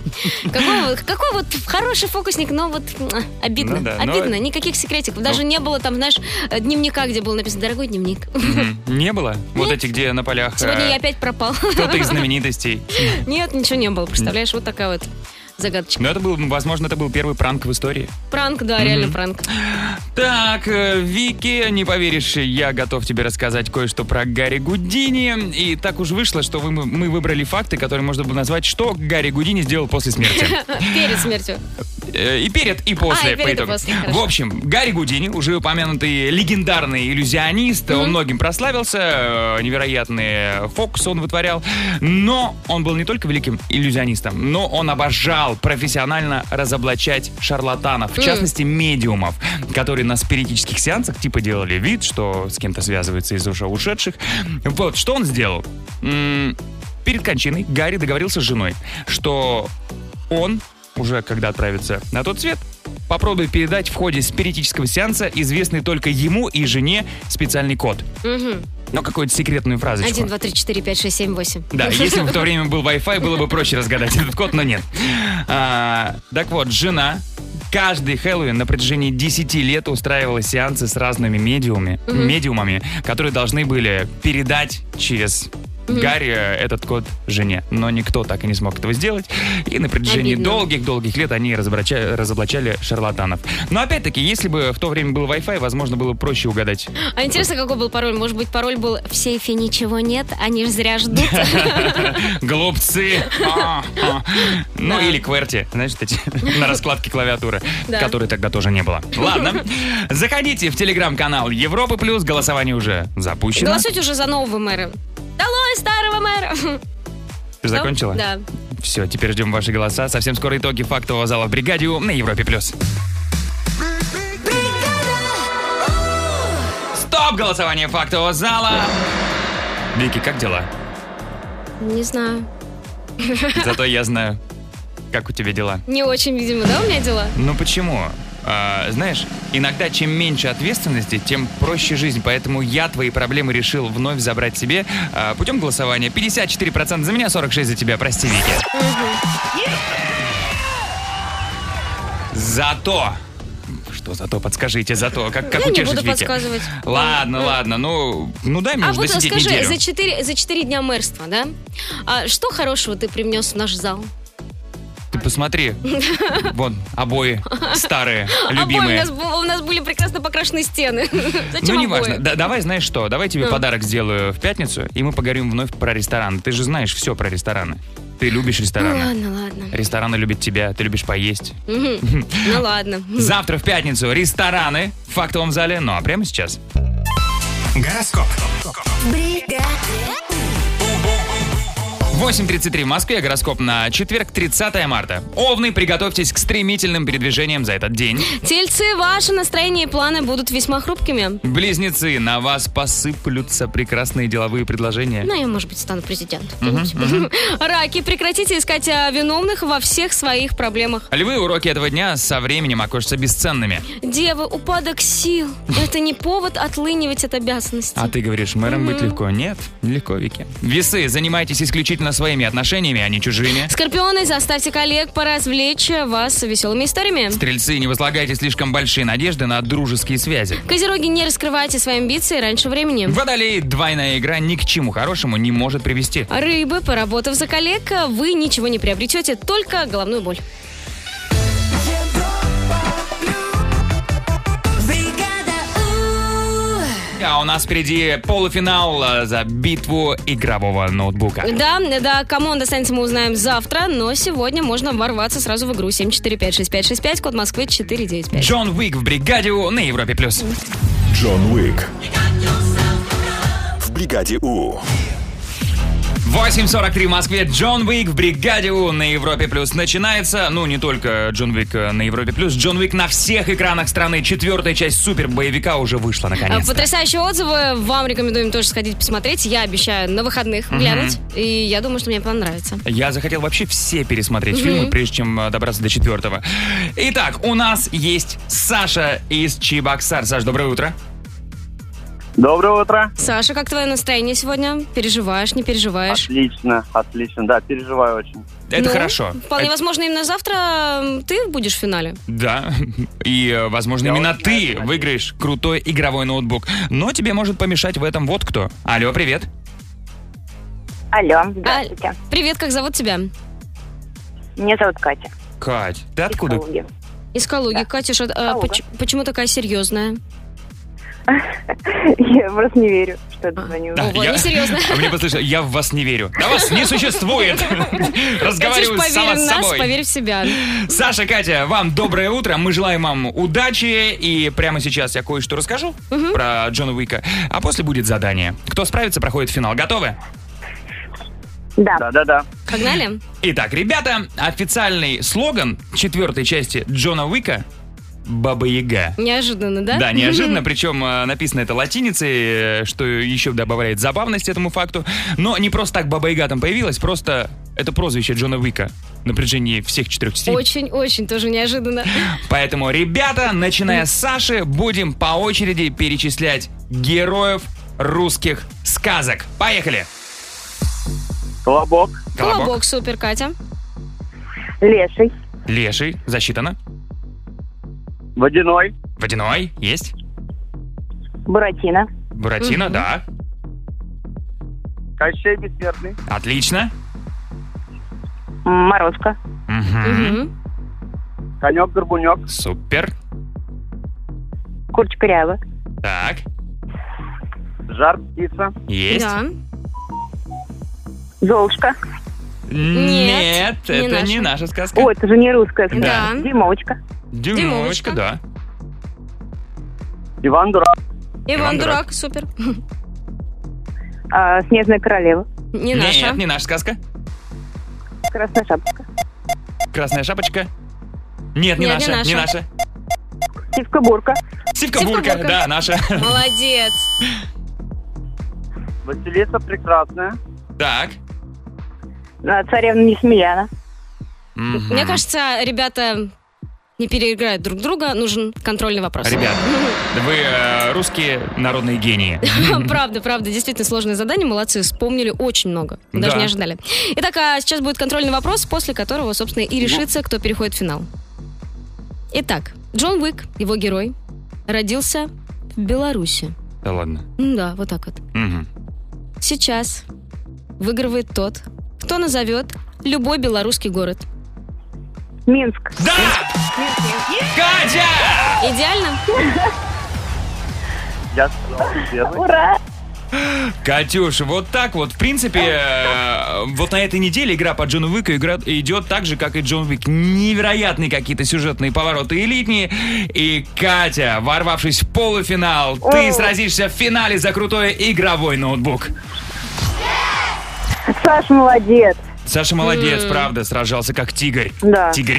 Speaker 2: Какой, вот- какой вот хороший фокусник, но вот м, обидно.
Speaker 1: Ну да, но- ну.
Speaker 2: обидно, никаких секретиков. Даже не было там, знаешь, дневника, где было написано «Дорогой дневник».
Speaker 1: Мгм. Не было? Вот эти, где на полях... э,
Speaker 2: Хм. Сегодня я опять пропал.
Speaker 1: Кто-то из знаменитостей.
Speaker 2: Нет, ничего не было, представляешь? Вот такая вот загадочка.
Speaker 1: Но это был, возможно, это был первый пранк в истории.
Speaker 2: Пранк, да,
Speaker 1: Мгм.
Speaker 2: реально пранк.
Speaker 1: Так, э, Вики, не поверишь, я готов тебе рассказать кое-что про Гарри Гудини. И так уж вышло, что вы- мы выбрали факты, которые можно было назвать, что Гарри Гудини сделал после смерти.
Speaker 2: Перед смертью.
Speaker 1: Э, И перед, и после,
Speaker 2: А, и перед,
Speaker 1: по
Speaker 2: и
Speaker 1: итогу.
Speaker 2: после, хорошо.
Speaker 1: В общем, Гарри Гудини, уже упомянутый легендарный иллюзионист, он многим прославился, э, невероятные фокусы он вытворял, но он был не только великим иллюзионистом, но он обожал стал профессионально разоблачать шарлатанов, в частности, медиумов, которые на спиритических сеансах типа делали вид, что с кем-то связываются из уже ушедших. Вот, что он сделал? М, Перед кончиной Гарри договорился с женой, что он уже когда отправится на тот свет, попробует передать в ходе спиритического сеанса известный только ему и жене специальный код.
Speaker 2: Мгм.
Speaker 1: Ну, какую-то секретную фразочку.
Speaker 2: Один, два, три, четыре, пять, шесть, семь, восемь.
Speaker 1: Да, если бы в то время был Wi-Fi, было бы проще разгадать этот код, но нет. А, так вот, жена каждый Хэллоуин на протяжении 10 лет устраивала сеансы с разными медиумами,
Speaker 6: Мгм.
Speaker 1: медиумами которые должны были передать через
Speaker 6: Мгм.
Speaker 1: Гарри э, этот код жене. Но никто так и не смог этого сделать. И на протяжении
Speaker 6: Обидно.
Speaker 1: долгих-долгих лет они разоблача- разоблачали шарлатанов. Но опять-таки, если бы в то время был Wi-Fi, возможно, было проще угадать
Speaker 2: А интересно, какой был пароль? Может быть, пароль был «В сейфе ничего нет, они ж зря ждут».
Speaker 1: Глупцы! А, а. Ну или кверти, знаешь, эти на раскладке клавиатуры,
Speaker 2: Да.
Speaker 1: которой тогда тоже не было. Ладно, заходите в телеграм-канал Европы Плюс, голосование уже запущено.
Speaker 2: Голосуйте уже за нового мэра. Долой старого мэра!
Speaker 1: Ты закончила?
Speaker 2: Да.
Speaker 1: Все, теперь ждем ваши голоса. Совсем скоро итоги фактового зала в бригаде У на Европе плюс. Стоп! Голосование фактового зала! Вики, как дела?
Speaker 2: Не знаю.
Speaker 1: Зато я знаю, как у тебя дела.
Speaker 2: Не очень, видимо, да, у меня дела?
Speaker 1: Ну почему? А, знаешь, иногда чем меньше ответственности, тем проще жизнь. Поэтому я твои проблемы решил вновь забрать себе а, путем голосования. 54% за меня, 46% за тебя. Прости, Вики. Зато... Что зато? Подскажите, зато. Как, как
Speaker 2: Я не
Speaker 1: утешить
Speaker 2: буду
Speaker 1: Вики?
Speaker 2: подсказывать.
Speaker 1: Ладно, ладно. Ну, ну дай мне
Speaker 2: А
Speaker 1: уже
Speaker 2: вот
Speaker 1: досидеть
Speaker 2: скажи,
Speaker 1: неделю.
Speaker 2: за четыре, за четыре дня мэрства, да? А что хорошего ты привнес в наш зал?
Speaker 1: Ты посмотри. Вон, обои старые, любимые.
Speaker 2: Обои, А У нас, бу- у нас были прекрасно покрашены стены. Зачем
Speaker 1: Ну,
Speaker 2: обои?
Speaker 1: неважно. Да, давай, знаешь что, давай тебе
Speaker 2: Ну.
Speaker 1: подарок сделаю в пятницу, и мы поговорим вновь про ресторан. Ты же знаешь все про рестораны. Ты любишь
Speaker 2: Ну
Speaker 1: рестораны.
Speaker 2: ладно, ладно.
Speaker 1: Рестораны любят тебя, ты любишь поесть.
Speaker 2: Мгм. Ну ладно.
Speaker 1: Завтра в пятницу рестораны в фактовом зале, ну а прямо сейчас. Гороскоп. 8.33 в Москве, гороскоп на четверг, 30 марта. Овны, приготовьтесь к стремительным передвижениям за этот день.
Speaker 2: Тельцы, ваше настроение и планы будут весьма хрупкими.
Speaker 1: Близнецы, на вас посыплются прекрасные деловые предложения.
Speaker 2: Ну, я, может быть, стану президентом.
Speaker 1: Мгм, мгм.
Speaker 2: Раки, прекратите искать а, виновных во всех своих проблемах.
Speaker 1: Львы уроки этого дня со временем окажутся бесценными.
Speaker 2: Девы, упадок сил. Это не повод отлынивать от обязанностей.
Speaker 1: А ты говоришь, мэром быть легко. Нет, нелегко, Вики. Весы, занимайтесь исключительно своими отношениями, а не чужими.
Speaker 2: Скорпионы, заставьте коллег поразвлечь вас веселыми историями.
Speaker 1: Стрельцы, не возлагайте слишком большие надежды на дружеские связи.
Speaker 2: Козероги, не раскрывайте свои амбиции раньше времени.
Speaker 1: Водолей, двойная игра ни к чему хорошему не может привести.
Speaker 2: Рыбы, поработав за коллег, вы ничего не приобретете, только головную боль.
Speaker 1: А у нас впереди полуфинал э, за битву игрового ноутбука.
Speaker 2: Да, да, кому он достанется, мы узнаем завтра, но сегодня можно ворваться сразу в игру 7456565, код Москвы 495.
Speaker 1: Джон Уик в бригаде У» на Европе плюс.
Speaker 14: Джон Уик. В бригаде У.
Speaker 1: 8.43 в Москве. Джон Уик в бригаде У на Европе Плюс начинается. Ну, не только Джон Уик э, на Европе Плюс. Джон Уик на всех экранах страны. Четвертая часть супер боевика уже вышла наконец.
Speaker 2: А, Потрясающие отзывы. Вам рекомендуем тоже сходить посмотреть. Я обещаю на выходных
Speaker 1: Мгм.
Speaker 2: глянуть. И я думаю, что мне понравится.
Speaker 1: Я захотел вообще все пересмотреть
Speaker 2: Мгм.
Speaker 1: фильмы, прежде чем э, добраться до четвертого. Итак, у нас есть Саша из Чебоксар. Саш, доброе утро.
Speaker 15: Доброе утро.
Speaker 2: Саша, как твое настроение сегодня? Переживаешь, не переживаешь?
Speaker 15: Отлично, отлично. Да, переживаю очень.
Speaker 1: А, Это
Speaker 2: Ну,
Speaker 1: хорошо.
Speaker 2: Вполне
Speaker 1: Это-
Speaker 2: возможно, именно завтра м, ты будешь в финале.
Speaker 1: Да, и, э, возможно, именно ты выиграешь крутой игровой ноутбук. Но тебе может помешать в этом вот кто. Алло, привет. А.
Speaker 16: Алло, здравствуйте.
Speaker 2: Привет, как зовут тебя?
Speaker 16: Меня зовут Катя.
Speaker 1: Кать, ты откуда?
Speaker 2: Из Калуги. Катюша, а, поч- почему такая серьезная?
Speaker 16: Я просто не верю, что я дозвонилась.
Speaker 1: А, Да, я-
Speaker 2: несерьезно.
Speaker 1: А Мне послышалось, я в вас не верю. Да вас не существует. Разговариваю
Speaker 2: Катюш,
Speaker 1: сама
Speaker 2: поверь в
Speaker 1: с
Speaker 2: нас,
Speaker 1: собой.
Speaker 2: поверь в себя.
Speaker 1: Саша, Катя, вам доброе утро. Мы желаем вам удачи. И прямо сейчас я кое-что расскажу про Джона Уика. А после будет задание. Кто справится, проходит финал. Готовы?
Speaker 16: Да.
Speaker 15: Да-да-да.
Speaker 2: Погнали?
Speaker 1: Итак, ребята, официальный слоган четвертой части Джона Уика «Баба Яга».
Speaker 2: Неожиданно, да?
Speaker 1: Да, неожиданно, причем э, написано это латиницей, э, что еще добавляет забавность этому факту. Но не просто так Баба Яга там появилась, просто это прозвище Джона Уика на протяжении всех четырех частей.
Speaker 2: Очень-очень тоже неожиданно.
Speaker 1: Поэтому, ребята, начиная с Саши, будем по очереди перечислять героев русских сказок. Поехали!
Speaker 15: Колобок.
Speaker 2: Колобок, супер, Катя.
Speaker 16: Леший.
Speaker 1: Леший, засчитано.
Speaker 15: Водяной.
Speaker 1: Водяной, есть.
Speaker 16: Буратино.
Speaker 1: Буратино,
Speaker 16: Мгм.
Speaker 1: да.
Speaker 15: Кощей Бессмертный.
Speaker 1: Отлично.
Speaker 16: Морозко.
Speaker 15: Конек-горбунек.
Speaker 1: Супер.
Speaker 16: Курч Куряева.
Speaker 1: Так,
Speaker 15: Жар птица.
Speaker 1: есть.
Speaker 16: Да. Золушка.
Speaker 1: Нет,
Speaker 16: не
Speaker 1: это
Speaker 16: наша.
Speaker 1: не наша сказка.
Speaker 16: О, это же не русская.
Speaker 1: Да.
Speaker 16: Да. Димовочка.
Speaker 1: Дюймовочка, да.
Speaker 15: Иван Дурак.
Speaker 2: Иван
Speaker 1: Иван Дурак.
Speaker 2: Дурак, супер.
Speaker 16: А, Снежная королева.
Speaker 2: Не
Speaker 1: Нет,
Speaker 2: наша.
Speaker 1: не наша сказка.
Speaker 16: Красная шапочка.
Speaker 1: Красная шапочка. Нет, не
Speaker 2: Нет, не
Speaker 1: наша, не
Speaker 2: наша.
Speaker 1: наша.
Speaker 16: Сивка-бурка.
Speaker 1: Сивка-бурка,
Speaker 2: Сивка-бурка.
Speaker 1: да, наша.
Speaker 2: Молодец.
Speaker 15: Василиса Прекрасная.
Speaker 1: Так.
Speaker 16: А, Царевна Несмеяна.
Speaker 2: Мне кажется, ребята не переиграют друг друга, нужен контрольный вопрос.
Speaker 1: Ребят, вы э, русские народные гении.
Speaker 2: Правда, правда, действительно сложное задание, молодцы, вспомнили очень много, даже
Speaker 1: Да.
Speaker 2: не ожидали. Итак, а сейчас будет контрольный вопрос, после которого, собственно,
Speaker 1: Ну.
Speaker 2: и решится, кто переходит в финал. Итак, Джон Уик, его герой, родился в Беларуси.
Speaker 1: Да ладно.
Speaker 2: М, Да, вот так вот.
Speaker 1: Мгм.
Speaker 2: Сейчас выигрывает тот, кто назовет любой белорусский город.
Speaker 16: Минск.
Speaker 1: Да! Катя!
Speaker 2: Идеально?
Speaker 15: Я сказал первый.
Speaker 16: Ура!
Speaker 1: Катюш, вот так вот. В принципе, э, вот на этой неделе игра по Джону Уику игра идет так же, как и Джон Уик. Невероятные какие-то сюжетные повороты и линии. И Катя, ворвавшись в полуфинал, ты сразишься в финале за крутой игровой ноутбук.
Speaker 16: Саш молодец.
Speaker 1: Саша молодец, правда, сражался как тигр.
Speaker 16: Да.
Speaker 1: Тигр.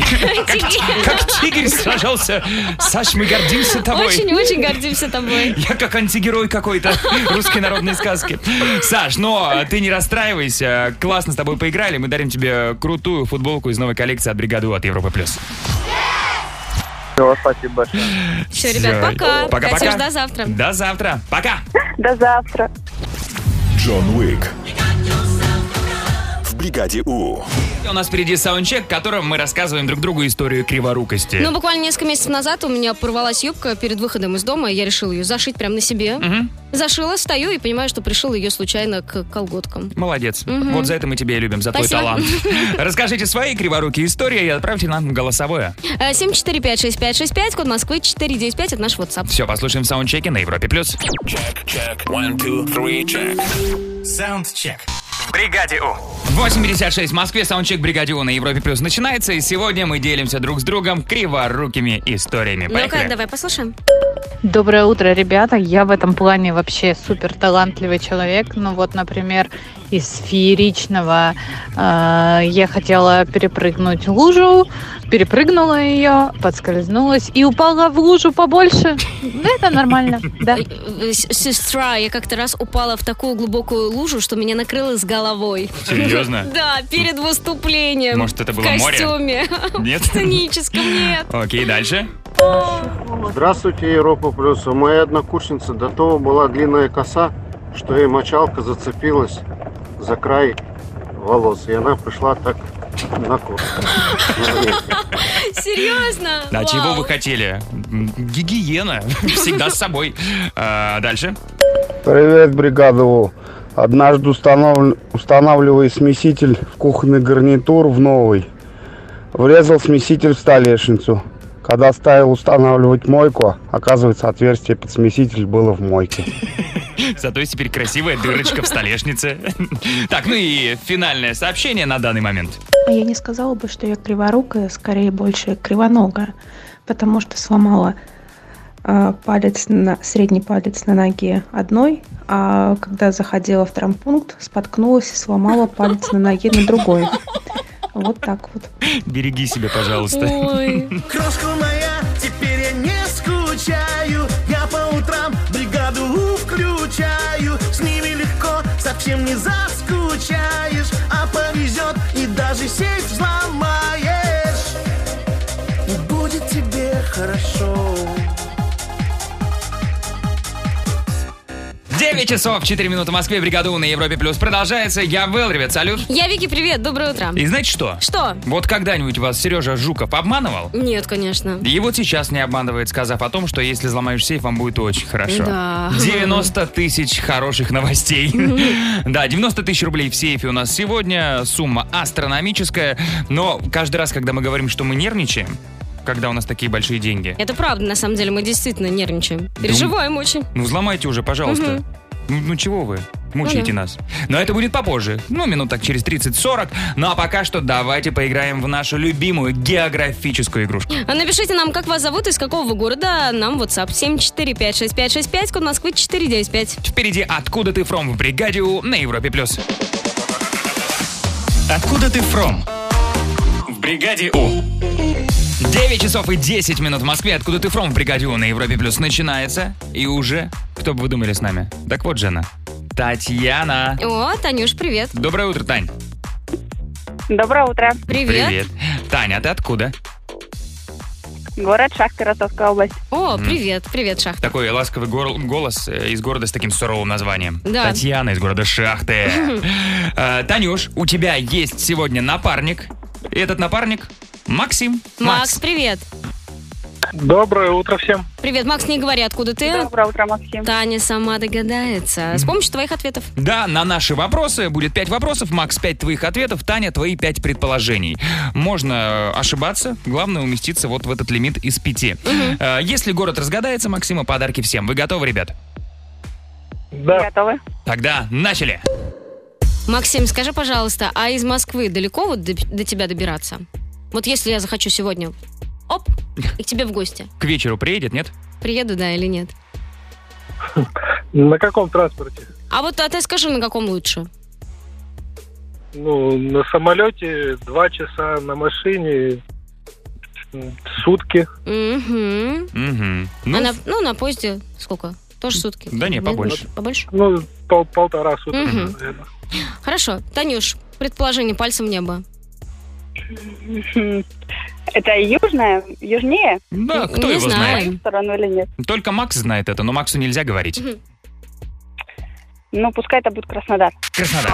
Speaker 1: Как ти- Как тигр сражался. Саш, мы гордимся тобой.
Speaker 2: Очень-очень гордимся тобой.
Speaker 1: Я как антигерой какой-то русской народной сказки. Саш, но ты не расстраивайся. Классно с тобой поиграли. Мы дарим тебе крутую футболку из новой коллекции от бригады «У» от Европы+. плюс.
Speaker 15: Все, спасибо большое.
Speaker 2: Все, ребят,
Speaker 1: Всё.
Speaker 2: пока.
Speaker 1: Пока-пока.
Speaker 2: Катюш, до завтра.
Speaker 1: До завтра. Пока.
Speaker 16: До завтра.
Speaker 14: Джон Уик. В бригаде У.
Speaker 1: И У нас впереди саундчек, в котором мы рассказываем друг другу историю криворукости.
Speaker 2: Ну, буквально несколько месяцев назад у меня порвалась юбка перед выходом из дома, и я решила ее зашить прямо на себе. Зашила, стою и понимаю, что пришила ее случайно к колготкам.
Speaker 1: Молодец.
Speaker 2: Мгм.
Speaker 1: Вот за это мы тебя и любим, за твой
Speaker 2: Спасибо.
Speaker 1: талант. Расскажите свои криворукие истории и отправьте нам голосовое.
Speaker 2: Э, 7456565, код Москвы 495 от нашего WhatsApp.
Speaker 1: Все, послушаем в саундчеке на Европе+. плюс.
Speaker 6: Саундчек. В бригаде У.
Speaker 1: 8.56 в Москве, саундчек «Бригаде У» на Европе Плюс начинается, и сегодня мы делимся друг с другом криворукими историями.
Speaker 2: Ну-ка,
Speaker 1: Поехали.
Speaker 2: давай послушаем.
Speaker 17: Доброе утро, ребята. Я в этом плане вообще супер талантливый человек. Ну вот, например, из фееричного э, я хотела перепрыгнуть лужу, перепрыгнула ее, подскользнулась и упала в лужу побольше. Ну, это нормально, да.
Speaker 2: Э, с- Сестра, я как-то раз упала в такую глубокую лужу, что меня накрыло с головой.
Speaker 1: Серьезно?
Speaker 2: Да, перед выступлением.
Speaker 1: Может, это было
Speaker 2: В
Speaker 1: море?
Speaker 2: костюме.
Speaker 1: Нет?
Speaker 2: В сценическом, нет.
Speaker 1: Окей, дальше.
Speaker 18: Здравствуйте, Европа Плюс. У моей однокурсницы до того была длинная коса, что ей мочалка зацепилась за край волос, и она пришла так на курс.
Speaker 2: Серьезно?
Speaker 1: А
Speaker 2: Вау.
Speaker 1: чего вы хотели? М, Гигиена. Всегда с собой. А, Дальше.
Speaker 19: Привет, бригада У. Однажды установ- устанавливая смеситель в кухонный гарнитур в новый, врезал смеситель в столешницу. Когда ставил устанавливать мойку, оказывается, отверстие под смеситель было в мойке.
Speaker 1: Зато есть теперь красивая дырочка в столешнице. Так, ну и финальное сообщение на данный момент.
Speaker 20: А Я не сказала бы, что я криворукая, скорее больше кривоногая, потому что сломала э, палец на, средний палец на ноге одной, а когда заходила в травмпункт, споткнулась и сломала палец на ноге на другой. Вот так вот.
Speaker 1: Береги себя, пожалуйста.
Speaker 4: Крошка моя, теперь я не скучаю. Я по утрам бригаду У включаю. С ними легко, совсем не заскучаешь. А повезет и даже сейф взломаешь. И будет тебе хорошо.
Speaker 1: 9 часов 4 минуты в Москве. Бригаду на Европе Плюс продолжается. Я Вэл, ребят, салют.
Speaker 2: Я Вики, привет, доброе утро.
Speaker 1: И знаете что?
Speaker 2: Что?
Speaker 1: Вот когда-нибудь вас Сережа Жуков обманывал?
Speaker 2: Нет, конечно.
Speaker 1: И вот сейчас не обманывает, сказав о том, что если взломаешь сейф, вам будет очень хорошо.
Speaker 2: Да.
Speaker 1: 90 тысяч хороших новостей. Да, 90 тысяч рублей в сейфе у нас сегодня. Сумма астрономическая. Но каждый раз, когда мы говорим, что мы нервничаем, когда у нас такие большие деньги.
Speaker 2: Это правда, на самом деле, мы действительно нервничаем. Переживаем очень.
Speaker 1: Ну, взломайте уже, пожалуйста.
Speaker 2: Мгм.
Speaker 1: Ну, ну чего вы? Мучаете
Speaker 2: Ну да.
Speaker 1: нас. Но это будет попозже. Ну, минут так через 30-40. Ну а пока что давайте поиграем в нашу любимую географическую игрушку.
Speaker 2: А Напишите нам, как вас зовут, из какого вы города. Нам в WhatsApp 7456565, код Москвы 495.
Speaker 1: Впереди «Откуда ты фром» в бригаде У» на Европе+. плюс. «Откуда ты фром» в бригаде У. 9 часов и 10 минут в Москве. «Откуда ты фром» в бригаде У на Европе+. плюс начинается. И уже, кто бы вы думали с нами? Так вот, Жена. Татьяна.
Speaker 2: О, Танюш, привет.
Speaker 1: Доброе утро, Тань.
Speaker 16: Доброе утро.
Speaker 1: Привет. Таня, а ты откуда?
Speaker 16: Город Шахты, Ростовская область.
Speaker 2: О,
Speaker 1: Мгм.
Speaker 2: привет, привет, Шахта.
Speaker 1: Такой ласковый гор- голос э, из города с таким суровым названием.
Speaker 2: Да.
Speaker 1: Татьяна из города Шахты. Э, Танюш, у тебя есть сегодня напарник. И Этот напарник Максим.
Speaker 2: Макс, привет.
Speaker 21: Доброе утро всем.
Speaker 2: Привет, Макс, не говори, откуда ты.
Speaker 21: Э.
Speaker 2: Доброе утро, Максим. Таня сама догадается. С помощью твоих ответов.
Speaker 1: Да, на наши вопросы будет 5 вопросов, Макс 5 твоих ответов, Таня твои 5 предположений. Можно э, ошибаться, главное уместиться вот в этот лимит из 5. Если город разгадается, Максима подарки всем. Вы готовы, ребят?
Speaker 21: Да.
Speaker 2: Готовы?
Speaker 1: Тогда начали.
Speaker 2: Максим, скажи, пожалуйста, а из Москвы далеко вот до, до тебя добираться? Вот если я захочу сегодня, оп, и к тебе в гости.
Speaker 1: К вечеру приедет, нет?
Speaker 2: Приеду, да или нет?
Speaker 21: На каком транспорте?
Speaker 2: А вот а ты скажи, на каком лучше?
Speaker 21: Ну, на самолете два часа, на машине м, сутки.
Speaker 2: Мгм.
Speaker 1: Угу.
Speaker 2: А на- ну, на поезде сколько? Тоже сутки?
Speaker 21: Да не,
Speaker 2: Нет,
Speaker 21: побольше.
Speaker 2: больше? Побольше?
Speaker 21: Ну, пол- полтора суток,
Speaker 2: Мгм.
Speaker 21: наверное.
Speaker 2: Хорошо. Танюш, предположение пальцем в небо.
Speaker 16: Это южная, южнее?
Speaker 1: Да, кто Не его знаю. знает?
Speaker 16: В мою сторону или нет?
Speaker 1: Только Макс знает это, но Максу нельзя говорить.
Speaker 16: Ну, пускай это будет Краснодар.
Speaker 1: Краснодар.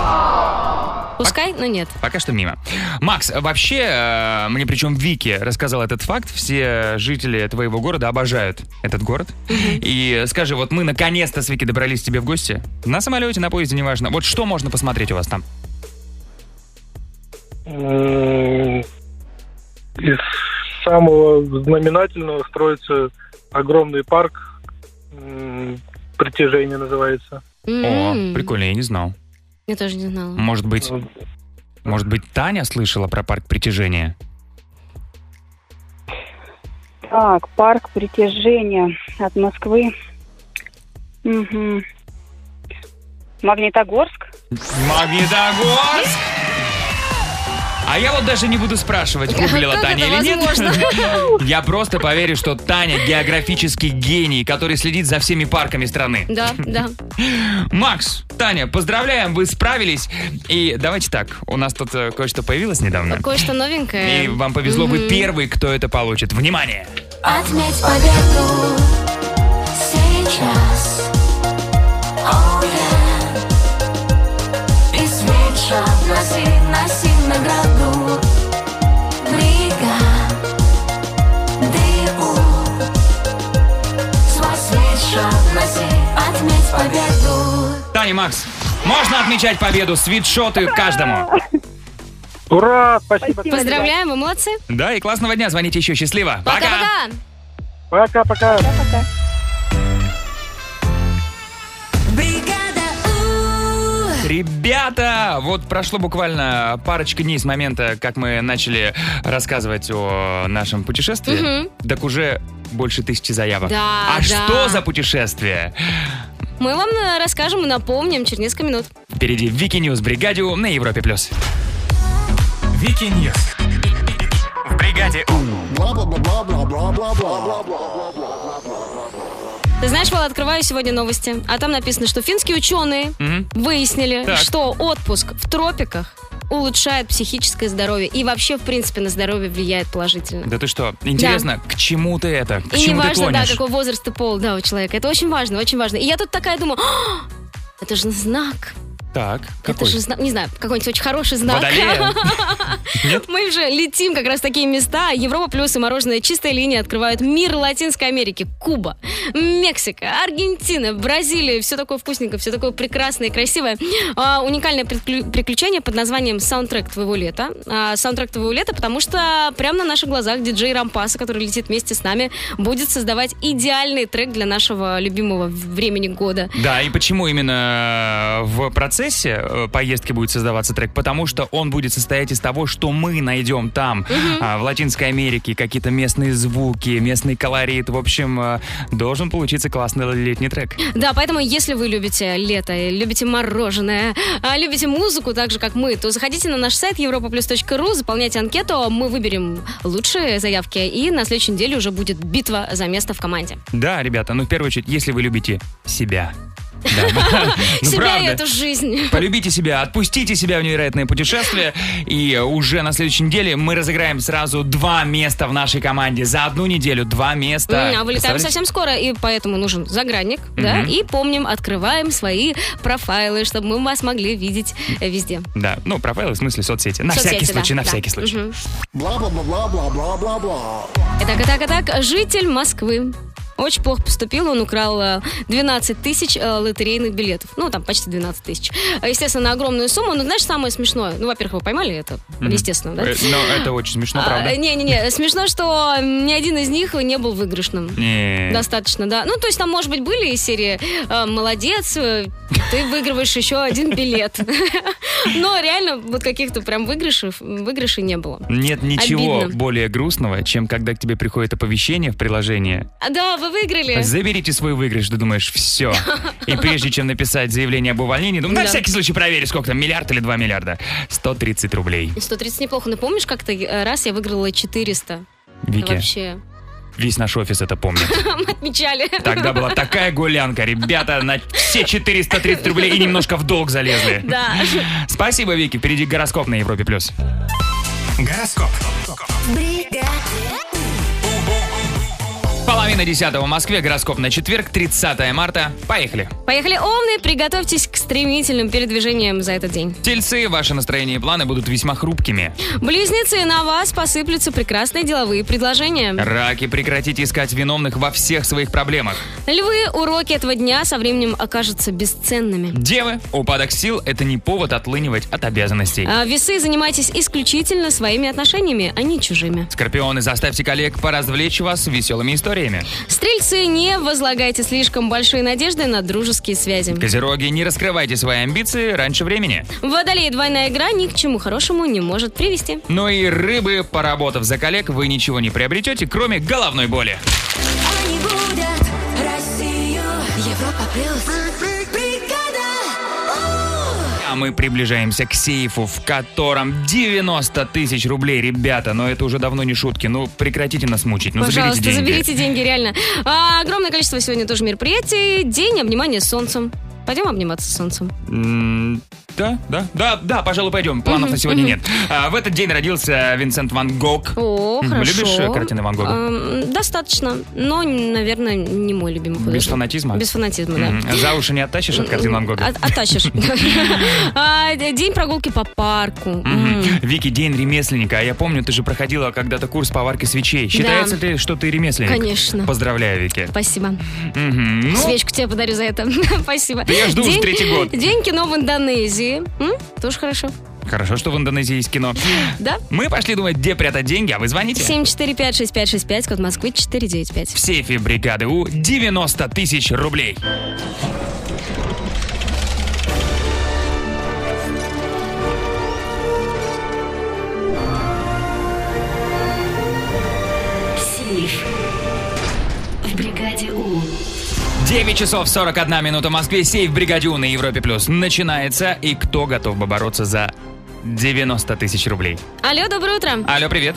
Speaker 2: Пускай, но нет.
Speaker 1: Пока что мимо. Макс, вообще, э, мне причем Вики рассказал этот факт. Все жители твоего города обожают этот город. И э, скажи, вот мы наконец-то с Вики добрались к тебе в гости. На самолете, на поезде, неважно. Вот что можно посмотреть у вас там?
Speaker 21: М, Из самого знаменательного строится огромный парк. м, Притяжение называется.
Speaker 1: О, прикольно, я не знал.
Speaker 2: М-м. Я тоже не знала.
Speaker 1: Может быть... Может быть, Таня слышала про парк притяжения?
Speaker 16: Так, парк притяжения от Москвы. Мгм. Магнитогорск.
Speaker 1: Магнитогорск! А я вот даже не буду спрашивать, гуглила
Speaker 16: А Как
Speaker 1: Таня
Speaker 16: это
Speaker 1: или нет.
Speaker 16: возможно?
Speaker 1: Я просто поверю, что Таня географический гений, который следит за всеми парками страны.
Speaker 2: Да, да.
Speaker 1: Макс, Таня, поздравляем, вы справились. И давайте так, у нас тут э, кое-что появилось недавно.
Speaker 2: Кое-что новенькое.
Speaker 1: И вам повезло, вы
Speaker 2: Мгм.
Speaker 1: первый, кто это получит. Внимание!
Speaker 7: Отметь победу сейчас. Oh, yeah. И свечу относи, носи награду. Бригаду. Свой свечу относи, отметь победу.
Speaker 1: Таня, Макс, можно отмечать победу, свитшоты каждому.
Speaker 21: Ура! Спасибо.
Speaker 2: Поздравляем, вы молодцы.
Speaker 1: Да, и классного дня, звоните еще, счастливо.
Speaker 2: Пока-пока.
Speaker 21: Пока-пока.
Speaker 7: Бригада У.
Speaker 1: ребята! Вот прошло буквально парочка дней с момента, как мы начали рассказывать о нашем путешествии.
Speaker 2: Мгм.
Speaker 1: Так уже больше тысячи заявок.
Speaker 2: Да,
Speaker 1: а
Speaker 2: да.
Speaker 1: что за путешествие?
Speaker 2: Мы вам э, расскажем и напомним через несколько минут.
Speaker 1: Впереди Вики Ньюс Бригадиум на Европе+. плюс.
Speaker 6: Вики Ньюс. В бригаде
Speaker 2: Ты знаешь, Вал, открываю сегодня новости, а там написано, что финские ученые
Speaker 1: Мгм.
Speaker 2: выяснили,
Speaker 1: Так.
Speaker 2: что отпуск в тропиках улучшает психическое здоровье и вообще, в принципе, на здоровье влияет положительно.
Speaker 1: Да ты что? Интересно, к чему ты это? К
Speaker 2: и
Speaker 1: чему ты
Speaker 2: неважно, да,
Speaker 1: клонишь?
Speaker 2: какой возраст и пол, да, у человека. Это очень важно, очень важно. И я тут такая думаю, «А, это же знак.
Speaker 1: Так,
Speaker 2: Это
Speaker 1: какой?
Speaker 2: же знак, не знаю, какой-нибудь очень хороший знак.
Speaker 1: Водолея?
Speaker 2: Мы уже летим как раз в такие места. Европа плюс и мороженое чистая линия открывают мир Латинской Америки. Куба, Мексика, Аргентина, Бразилия. Все такое вкусненькое, все такое прекрасное и красивое. А, уникальное приклю- приключение под названием «Саундтрек твоего лета». А, саундтрек твоего лета, потому что прямо на наших глазах диджей Рампаса, который летит вместе с нами, будет создавать идеальный трек для нашего любимого времени года.
Speaker 1: Да, и почему именно э, в процессе э, поездки будет создаваться трек? Потому что он будет состоять из того, что мы найдем там, а, в Латинской Америке, какие-то местные звуки, местный колорит. В общем, э, должен получиться классный летний трек.
Speaker 2: Да, поэтому если вы любите лето, и любите мороженое, а любите музыку так же, как мы, то заходите на наш сайт europaplus.ru, заполняйте анкету, мы выберем лучшие заявки, и на следующей неделе уже будет битва за место в команде.
Speaker 1: Да, ребята, ну в первую очередь, если вы любите себя. Да, ну,
Speaker 2: Себя и
Speaker 1: правда.
Speaker 2: эту жизнь.
Speaker 1: Полюбите себя, отпустите себя в невероятное путешествие. И уже на следующей неделе мы разыграем сразу два места в нашей команде. За одну неделю два места.
Speaker 2: М, А вылетаем
Speaker 1: Представляете?
Speaker 2: совсем скоро, и поэтому нужен загранник, да,
Speaker 1: Мгм.
Speaker 2: и помним, открываем свои профайлы, чтобы мы вас могли видеть э, везде.
Speaker 1: Да, ну, профайлы в смысле соцсети. На
Speaker 2: Соцсети,
Speaker 1: всякий
Speaker 2: да,
Speaker 1: случай, на
Speaker 2: да.
Speaker 1: всякий случай.
Speaker 2: Мгм. Итак, итак, итак, житель Москвы. Очень плохо поступил, он украл э, 12 тысяч э, лотерейных билетов. Ну, там почти 12 тысяч. Э, Естественно, на огромную сумму. Но знаешь, самое смешное? Ну, во-первых, его поймали, это
Speaker 1: Мгм.
Speaker 2: естественно, да?
Speaker 1: Э, Ну, это очень смешно, правда.
Speaker 2: А, Не-не-не, смешно, что ни один из них не был выигрышным.
Speaker 1: Не.
Speaker 2: Достаточно, да. Ну, то есть там, может быть, были из серии э, «Молодец, э, ты выигрываешь еще один билет». Но реально вот каких-то прям выигрышей, выигрышей не было.
Speaker 1: Нет ничего
Speaker 2: Обидно.
Speaker 1: более грустного, чем когда к тебе приходит оповещение в приложение.
Speaker 2: А, Да, вы выиграли.
Speaker 1: Заберите свой выигрыш, ты думаешь, все. И прежде чем написать заявление об увольнении, ну, на
Speaker 2: Да.
Speaker 1: всякий случай проверь, сколько там, миллиард или два миллиарда. 130 рублей.
Speaker 2: 130 неплохо. Но помнишь, как-то э, раз я выиграла 400?
Speaker 1: Вики,
Speaker 2: Вообще.
Speaker 1: весь наш офис это помнит.
Speaker 2: Мы отмечали.
Speaker 1: Тогда была такая гулянка, ребята, на все 430 рублей и немножко в долг залезли.
Speaker 2: Да.
Speaker 1: Спасибо, Вики, впереди гороскоп на Европе+. плюс.
Speaker 6: Гороскоп.
Speaker 1: Половина десятого в Москве, гороскоп на четверг, 30 марта. Поехали.
Speaker 2: Поехали, умные, приготовьтесь к стремительным передвижениям за этот день.
Speaker 1: Тельцы, ваши настроение и планы будут весьма хрупкими.
Speaker 2: Близнецы, на вас посыплются прекрасные деловые предложения.
Speaker 1: Раки, прекратите искать виновных во всех своих проблемах.
Speaker 2: Львы, уроки этого дня со временем окажутся бесценными.
Speaker 1: Девы, упадок сил – это не повод отлынивать от обязанностей.
Speaker 2: А весы, занимайтесь исключительно своими отношениями, а не чужими.
Speaker 1: Скорпионы, заставьте коллег поразвлечь вас веселыми историями.
Speaker 2: Стрельцы, не возлагайте слишком большие надежды на дружеские связи.
Speaker 1: Козероги, не раскрывайте свои амбиции раньше времени.
Speaker 2: Водолей, двойная игра ни к чему хорошему не может привести.
Speaker 1: Ну и рыбы, поработав за коллег, вы ничего не приобретете, кроме головной боли.
Speaker 7: Они будут Россию. Европа плюс. Бригада. У.
Speaker 1: А мы приближаемся к сейфу, в котором 90 тысяч рублей, ребята. Но это уже давно не шутки. Ну, прекратите нас мучить. Ну,
Speaker 2: Пожалуйста,
Speaker 1: заберите деньги.
Speaker 2: заберите деньги, реально. А, огромное количество сегодня тоже мероприятий. День обнимания с солнцем. Пойдем обниматься с солнцем.
Speaker 1: М, Да, да, да, да, пожалуй, пойдем. Планов на сегодня нет. А, В этот день родился Винсент Ван Гог.
Speaker 2: О,
Speaker 1: М,
Speaker 2: хорошо.
Speaker 1: Любишь э, картины Ван Гога?
Speaker 2: Эм, достаточно, но, наверное, не мой любимый художник.
Speaker 1: Без фанатизма?
Speaker 2: Без фанатизма, да.
Speaker 1: М, За уши не оттащишь от картин Ван Гога?
Speaker 2: От- Оттащишь. А, д- День прогулки по парку.
Speaker 1: Мгм. Вики, день ремесленника. А я помню, ты же проходила когда-то курс по варке свечей. Считается ли, что ты ремесленник?
Speaker 2: Конечно.
Speaker 1: Поздравляю, Вики.
Speaker 2: Спасибо.
Speaker 1: Мгм. Ну,
Speaker 2: Свечку тебе подарю за это. Спасибо.
Speaker 1: Да я жду уже
Speaker 2: День-
Speaker 1: третий год.
Speaker 2: День кино в Индонезии. М? Тоже хорошо.
Speaker 1: Хорошо, что в Индонезии есть кино.
Speaker 2: Да?
Speaker 1: Мы пошли думать, где прятать деньги, а вы звоните.
Speaker 2: 745-6565, код Москвы
Speaker 1: В
Speaker 2: 495.
Speaker 1: сейфе бригады У 90 тысяч рублей.
Speaker 7: В бригаде У.
Speaker 1: 9 часов 41 минута в Москве. Сейф бригадю на Европе Плюс начинается. И кто готов бы бороться за 90 тысяч рублей?
Speaker 2: Алло, доброе утро.
Speaker 1: Алло, привет.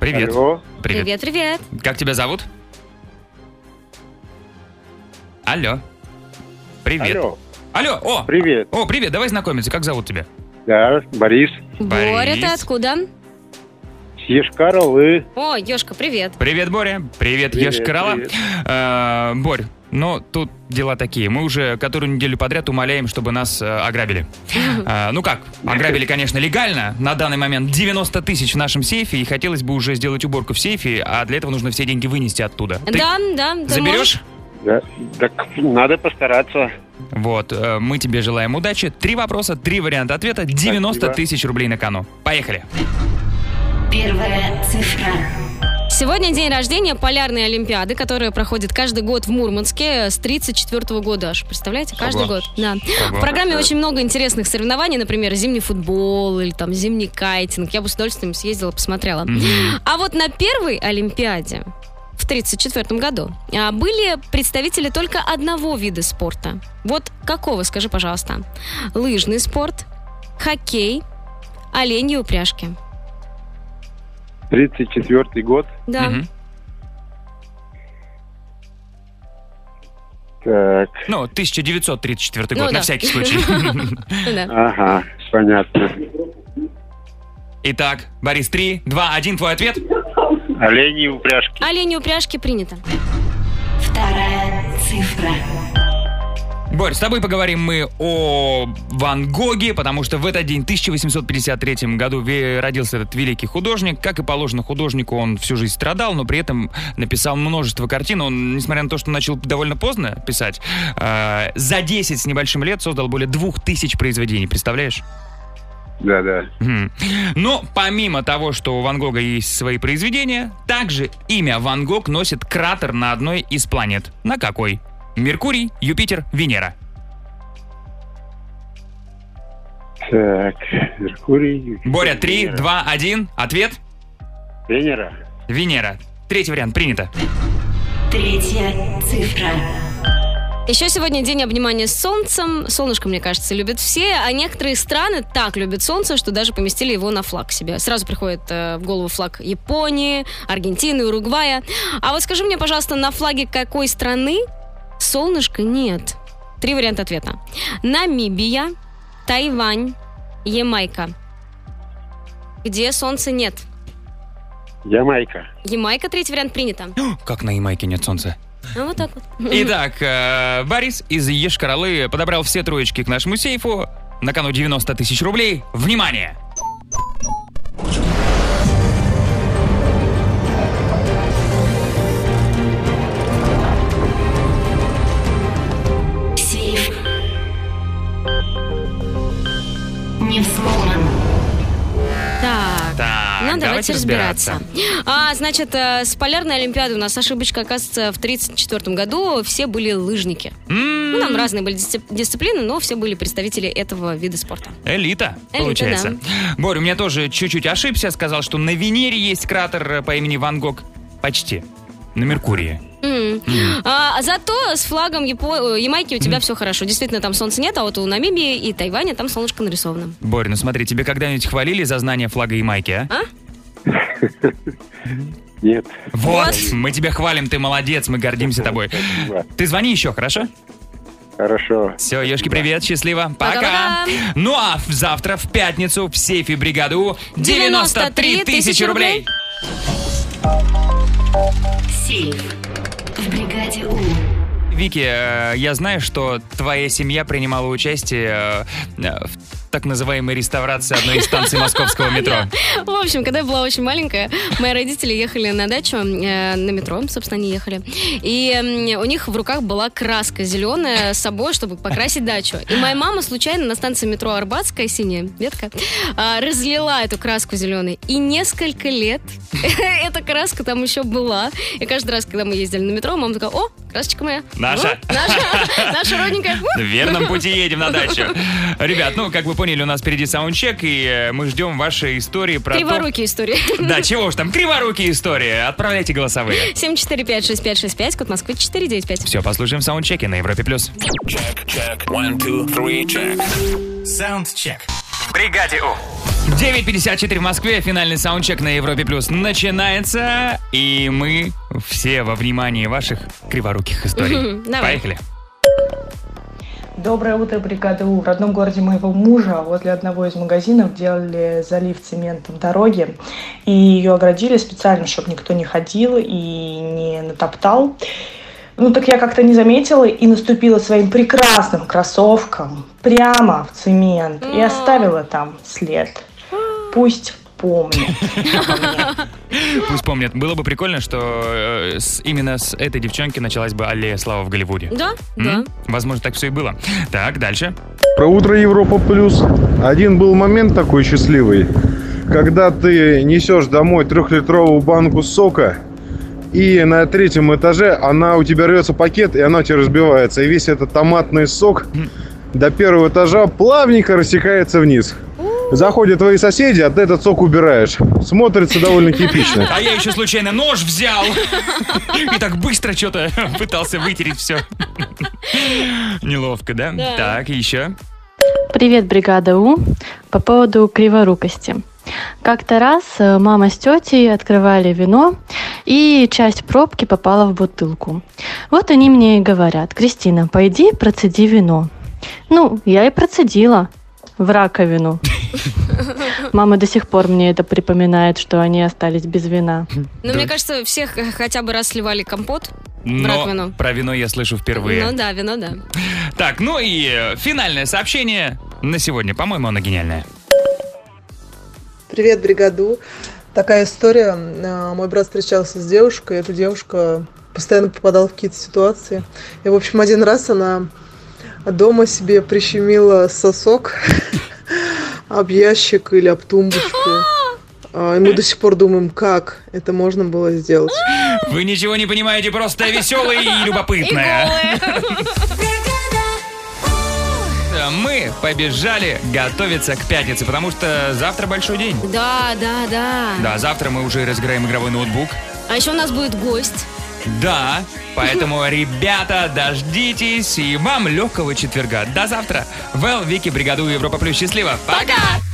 Speaker 1: Привет. Привет.
Speaker 2: Привет, привет.
Speaker 1: Как тебя зовут? Алло. Привет.
Speaker 5: Алло.
Speaker 1: Алло, о!
Speaker 5: Привет.
Speaker 1: О, привет, давай знакомиться. Как зовут тебя?
Speaker 5: Да, Борис.
Speaker 2: Боря, ты откуда?
Speaker 5: Ешкаралы.
Speaker 2: О, Ёшка, привет.
Speaker 1: Привет, Боря. Привет,
Speaker 5: Привет,
Speaker 1: Ешкарала.
Speaker 5: привет.
Speaker 1: Э, Борь, но тут дела такие. Мы уже которую неделю подряд умоляем, чтобы нас э, ограбили. Э, ну как, ограбили, конечно, легально. На данный момент 90 тысяч в нашем сейфе, и хотелось бы уже сделать уборку в сейфе, а для этого нужно все деньги вынести оттуда. Ты
Speaker 2: Да, да. ты
Speaker 1: заберешь?
Speaker 2: можешь?
Speaker 5: Да, так надо постараться.
Speaker 1: Вот, э, мы тебе желаем удачи. Три вопроса, три варианта ответа, 90
Speaker 5: Спасибо.
Speaker 1: тысяч рублей на кону. Поехали.
Speaker 7: Первая цифра.
Speaker 2: Сегодня день рождения Полярной Олимпиады, которая проходит каждый год в Мурманске с 34 года аж. Представляете? Каждый
Speaker 7: Ого.
Speaker 2: год. Да.
Speaker 7: Ого.
Speaker 2: В программе очень много интересных соревнований, например, зимний футбол или там зимний кайтинг. Я бы с удовольствием съездила, посмотрела. А вот на первой Олимпиаде в 1934 году а, были представители только одного вида спорта. Вот какого, скажи, пожалуйста? Лыжный спорт, хоккей, оленьи упряжки.
Speaker 5: 34-й год.
Speaker 2: Да.
Speaker 5: Так,
Speaker 1: Ну, 1934 год,
Speaker 2: Ну
Speaker 1: на
Speaker 2: да.
Speaker 1: всякий случай.
Speaker 2: Ну да.
Speaker 5: ага, понятно.
Speaker 1: Итак, Борис, 3, 2, 1, твой ответ?
Speaker 5: Олени упряжки.
Speaker 2: Олени упряжки принято.
Speaker 7: Вторая цифра.
Speaker 1: Борь, с тобой поговорим мы о Ван Гоге, потому что в этот день, в 1853 году, ве- родился этот великий художник. Как и положено художнику, он всю жизнь страдал, но при этом написал множество картин. Он, несмотря на то, что начал довольно поздно писать, э, за 10 с небольшим лет создал более 2000 произведений, представляешь?
Speaker 5: Да, да.
Speaker 1: Мгм. Но помимо того, что у Ван Гога есть свои произведения, также имя Ван Гог носит кратер на одной из планет. На какой? Меркурий, Юпитер, Венера.
Speaker 5: Так, Меркурий.
Speaker 1: Боря, 3, 2, 1. Ответ?
Speaker 5: Венера.
Speaker 1: Венера. Третий вариант принято.
Speaker 7: Третья цифра.
Speaker 2: Еще сегодня день обнимания с солнцем. Солнышко, мне кажется, любят все, а некоторые страны так любят солнце, что даже поместили его на флаг себе. Сразу приходит э, в голову флаг Японии, Аргентины, Уругвая. А вот скажи мне, пожалуйста, на флаге какой страны солнышка нет? Три варианта ответа. Намибия, Тайвань, Ямайка. Где солнца нет?
Speaker 5: Ямайка.
Speaker 2: Ямайка, третий вариант принято.
Speaker 1: Как на Ямайке нет солнца?
Speaker 2: Ну, вот так вот.
Speaker 1: Итак, э, Борис из Ешкаралы подобрал все троечки к нашему сейфу. На кону 90 тысяч рублей. Внимание!
Speaker 7: Сейф. Не взломан.
Speaker 2: Так.
Speaker 1: Так,
Speaker 2: Ну, давайте
Speaker 1: разбираться.
Speaker 2: А, значит, э, с Полярной Олимпиады у нас ошибочка, оказывается, в 1934 году все были лыжники. Ну, там разные были дисцип- дисциплины, но все были представители этого вида спорта.
Speaker 1: Элита,
Speaker 2: Элита,
Speaker 1: получается.
Speaker 2: да.
Speaker 1: Борь, у меня тоже чуть-чуть ошибся. Сказал, что на Венере есть кратер э, по имени Ван Гог. Почти. На Меркурии.
Speaker 2: М. А, зато с флагом Япо- э, Ямайки у тебя все хорошо. Действительно, там солнца нет, а вот у Намибии и Тайваня там солнышко нарисовано.
Speaker 1: Борь, ну смотри, тебе когда-нибудь хвалили за знание флага и майки, а?
Speaker 2: А?
Speaker 5: Нет.
Speaker 1: Вот, мы тебя хвалим, ты молодец, мы гордимся тобой. Ты звони еще, хорошо?
Speaker 5: Хорошо.
Speaker 1: Все, Ешки, привет, счастливо, пока.
Speaker 5: Пока-пока.
Speaker 1: Ну а в- завтра в пятницу в сейфе бригады У 93 тысячи рублей.
Speaker 7: Сейф. В бригаде У.
Speaker 1: Вики, э, я знаю, что твоя семья принимала участие э, э, в так называемой реставрации одной из станций московского метро.
Speaker 2: В общем, когда я была очень маленькая, мои родители ехали на дачу, э, на метро, собственно, они ехали. И м, у них в руках была краска зеленая с собой, чтобы покрасить дачу. И моя мама случайно на станции метро Арбатская, синяя ветка, а, разлила эту краску зеленой. И несколько лет эта краска там еще была. И каждый раз, когда мы ездили на метро, мама такая, о, красочка моя.
Speaker 1: Наша.
Speaker 2: Ну, Наша, наша родненькая.
Speaker 1: В верном пути едем на дачу. Ребят, ну, как вы поняли, у нас впереди саундчек, и э, мы ждем ваши истории про то-
Speaker 2: Криворукие истории.
Speaker 1: Да, чего уж там, криворукие истории. Отправляйте голосовые.
Speaker 2: 7456565, код Москвы 495.
Speaker 1: Все, послушаем саундчеки на Европе+. плюс.
Speaker 3: Саундчек. В бригаде У.
Speaker 1: 9.54 в Москве, финальный саундчек на Европе Плюс начинается, и мы все во внимании ваших криворуких историй.
Speaker 22: Мгм, давай.
Speaker 1: Поехали.
Speaker 22: Доброе утро, бригада У. В родном городе моего мужа а возле одного из магазинов делали залив цементом дороги. И ее оградили специально, чтобы никто не ходил и не натоптал. Ну так я как-то не заметила и наступила своим прекрасным кроссовком прямо в цемент и оставила там след. Пусть помнит.
Speaker 1: Пусть помнят. Было бы прикольно, что э, с- именно с этой девчонки началась бы аллея славы в Голливуде.
Speaker 2: Да,
Speaker 1: М? Возможно, так все и было. Так, дальше.
Speaker 23: Про утро Европа плюс. Один был момент такой счастливый, когда ты несешь домой трехлитровую банку сока, и на третьем этаже она у тебя рвется пакет, и она у тебя разбивается. И весь этот томатный сок до первого этажа плавненько рассекается вниз. Заходят твои соседи, а ты этот сок убираешь. Смотрится довольно типично.
Speaker 1: А я еще случайно нож взял и так быстро что-то пытался вытереть все. Неловко, да?
Speaker 16: Да.
Speaker 1: Так, еще.
Speaker 16: Привет, бригада У. По поводу криворукости. Как-то раз э, мама с тетей открывали вино, и часть пробки попала в бутылку. Вот они мне и говорят, Кристина, пойди процеди вино. Ну, я и процедила в раковину. Мама до сих пор мне это припоминает, что они остались без вина.
Speaker 2: Ну, мне кажется, всех э, хотя бы раз сливали компот в
Speaker 1: Но
Speaker 2: раковину.
Speaker 1: про вино я слышу впервые.
Speaker 2: Ну да, вино, да.
Speaker 1: Так, ну и э, финальное сообщение на сегодня. По-моему, оно гениальное.
Speaker 4: Привет, бригаду. Такая история. Э, Мой брат встречался с девушкой. Эта девушка постоянно попадала в какие-то ситуации. И, в общем, один раз она дома себе прищемила сосок об ящик или об тумбочку. Э, И мы до сих пор думаем, как это можно было сделать.
Speaker 1: Вы ничего не понимаете, просто веселые и любопытные. Э, Мы побежали готовиться к пятнице, потому что завтра большой день.
Speaker 2: Да, да, да.
Speaker 1: Да, завтра мы уже разыграем игровой ноутбук.
Speaker 2: А еще у нас будет гость.
Speaker 1: Да, поэтому, ребята, дождитесь и вам легкого четверга. До завтра. Вэл, Вики, бригаду Европа Плюс. Счастливо. Пока!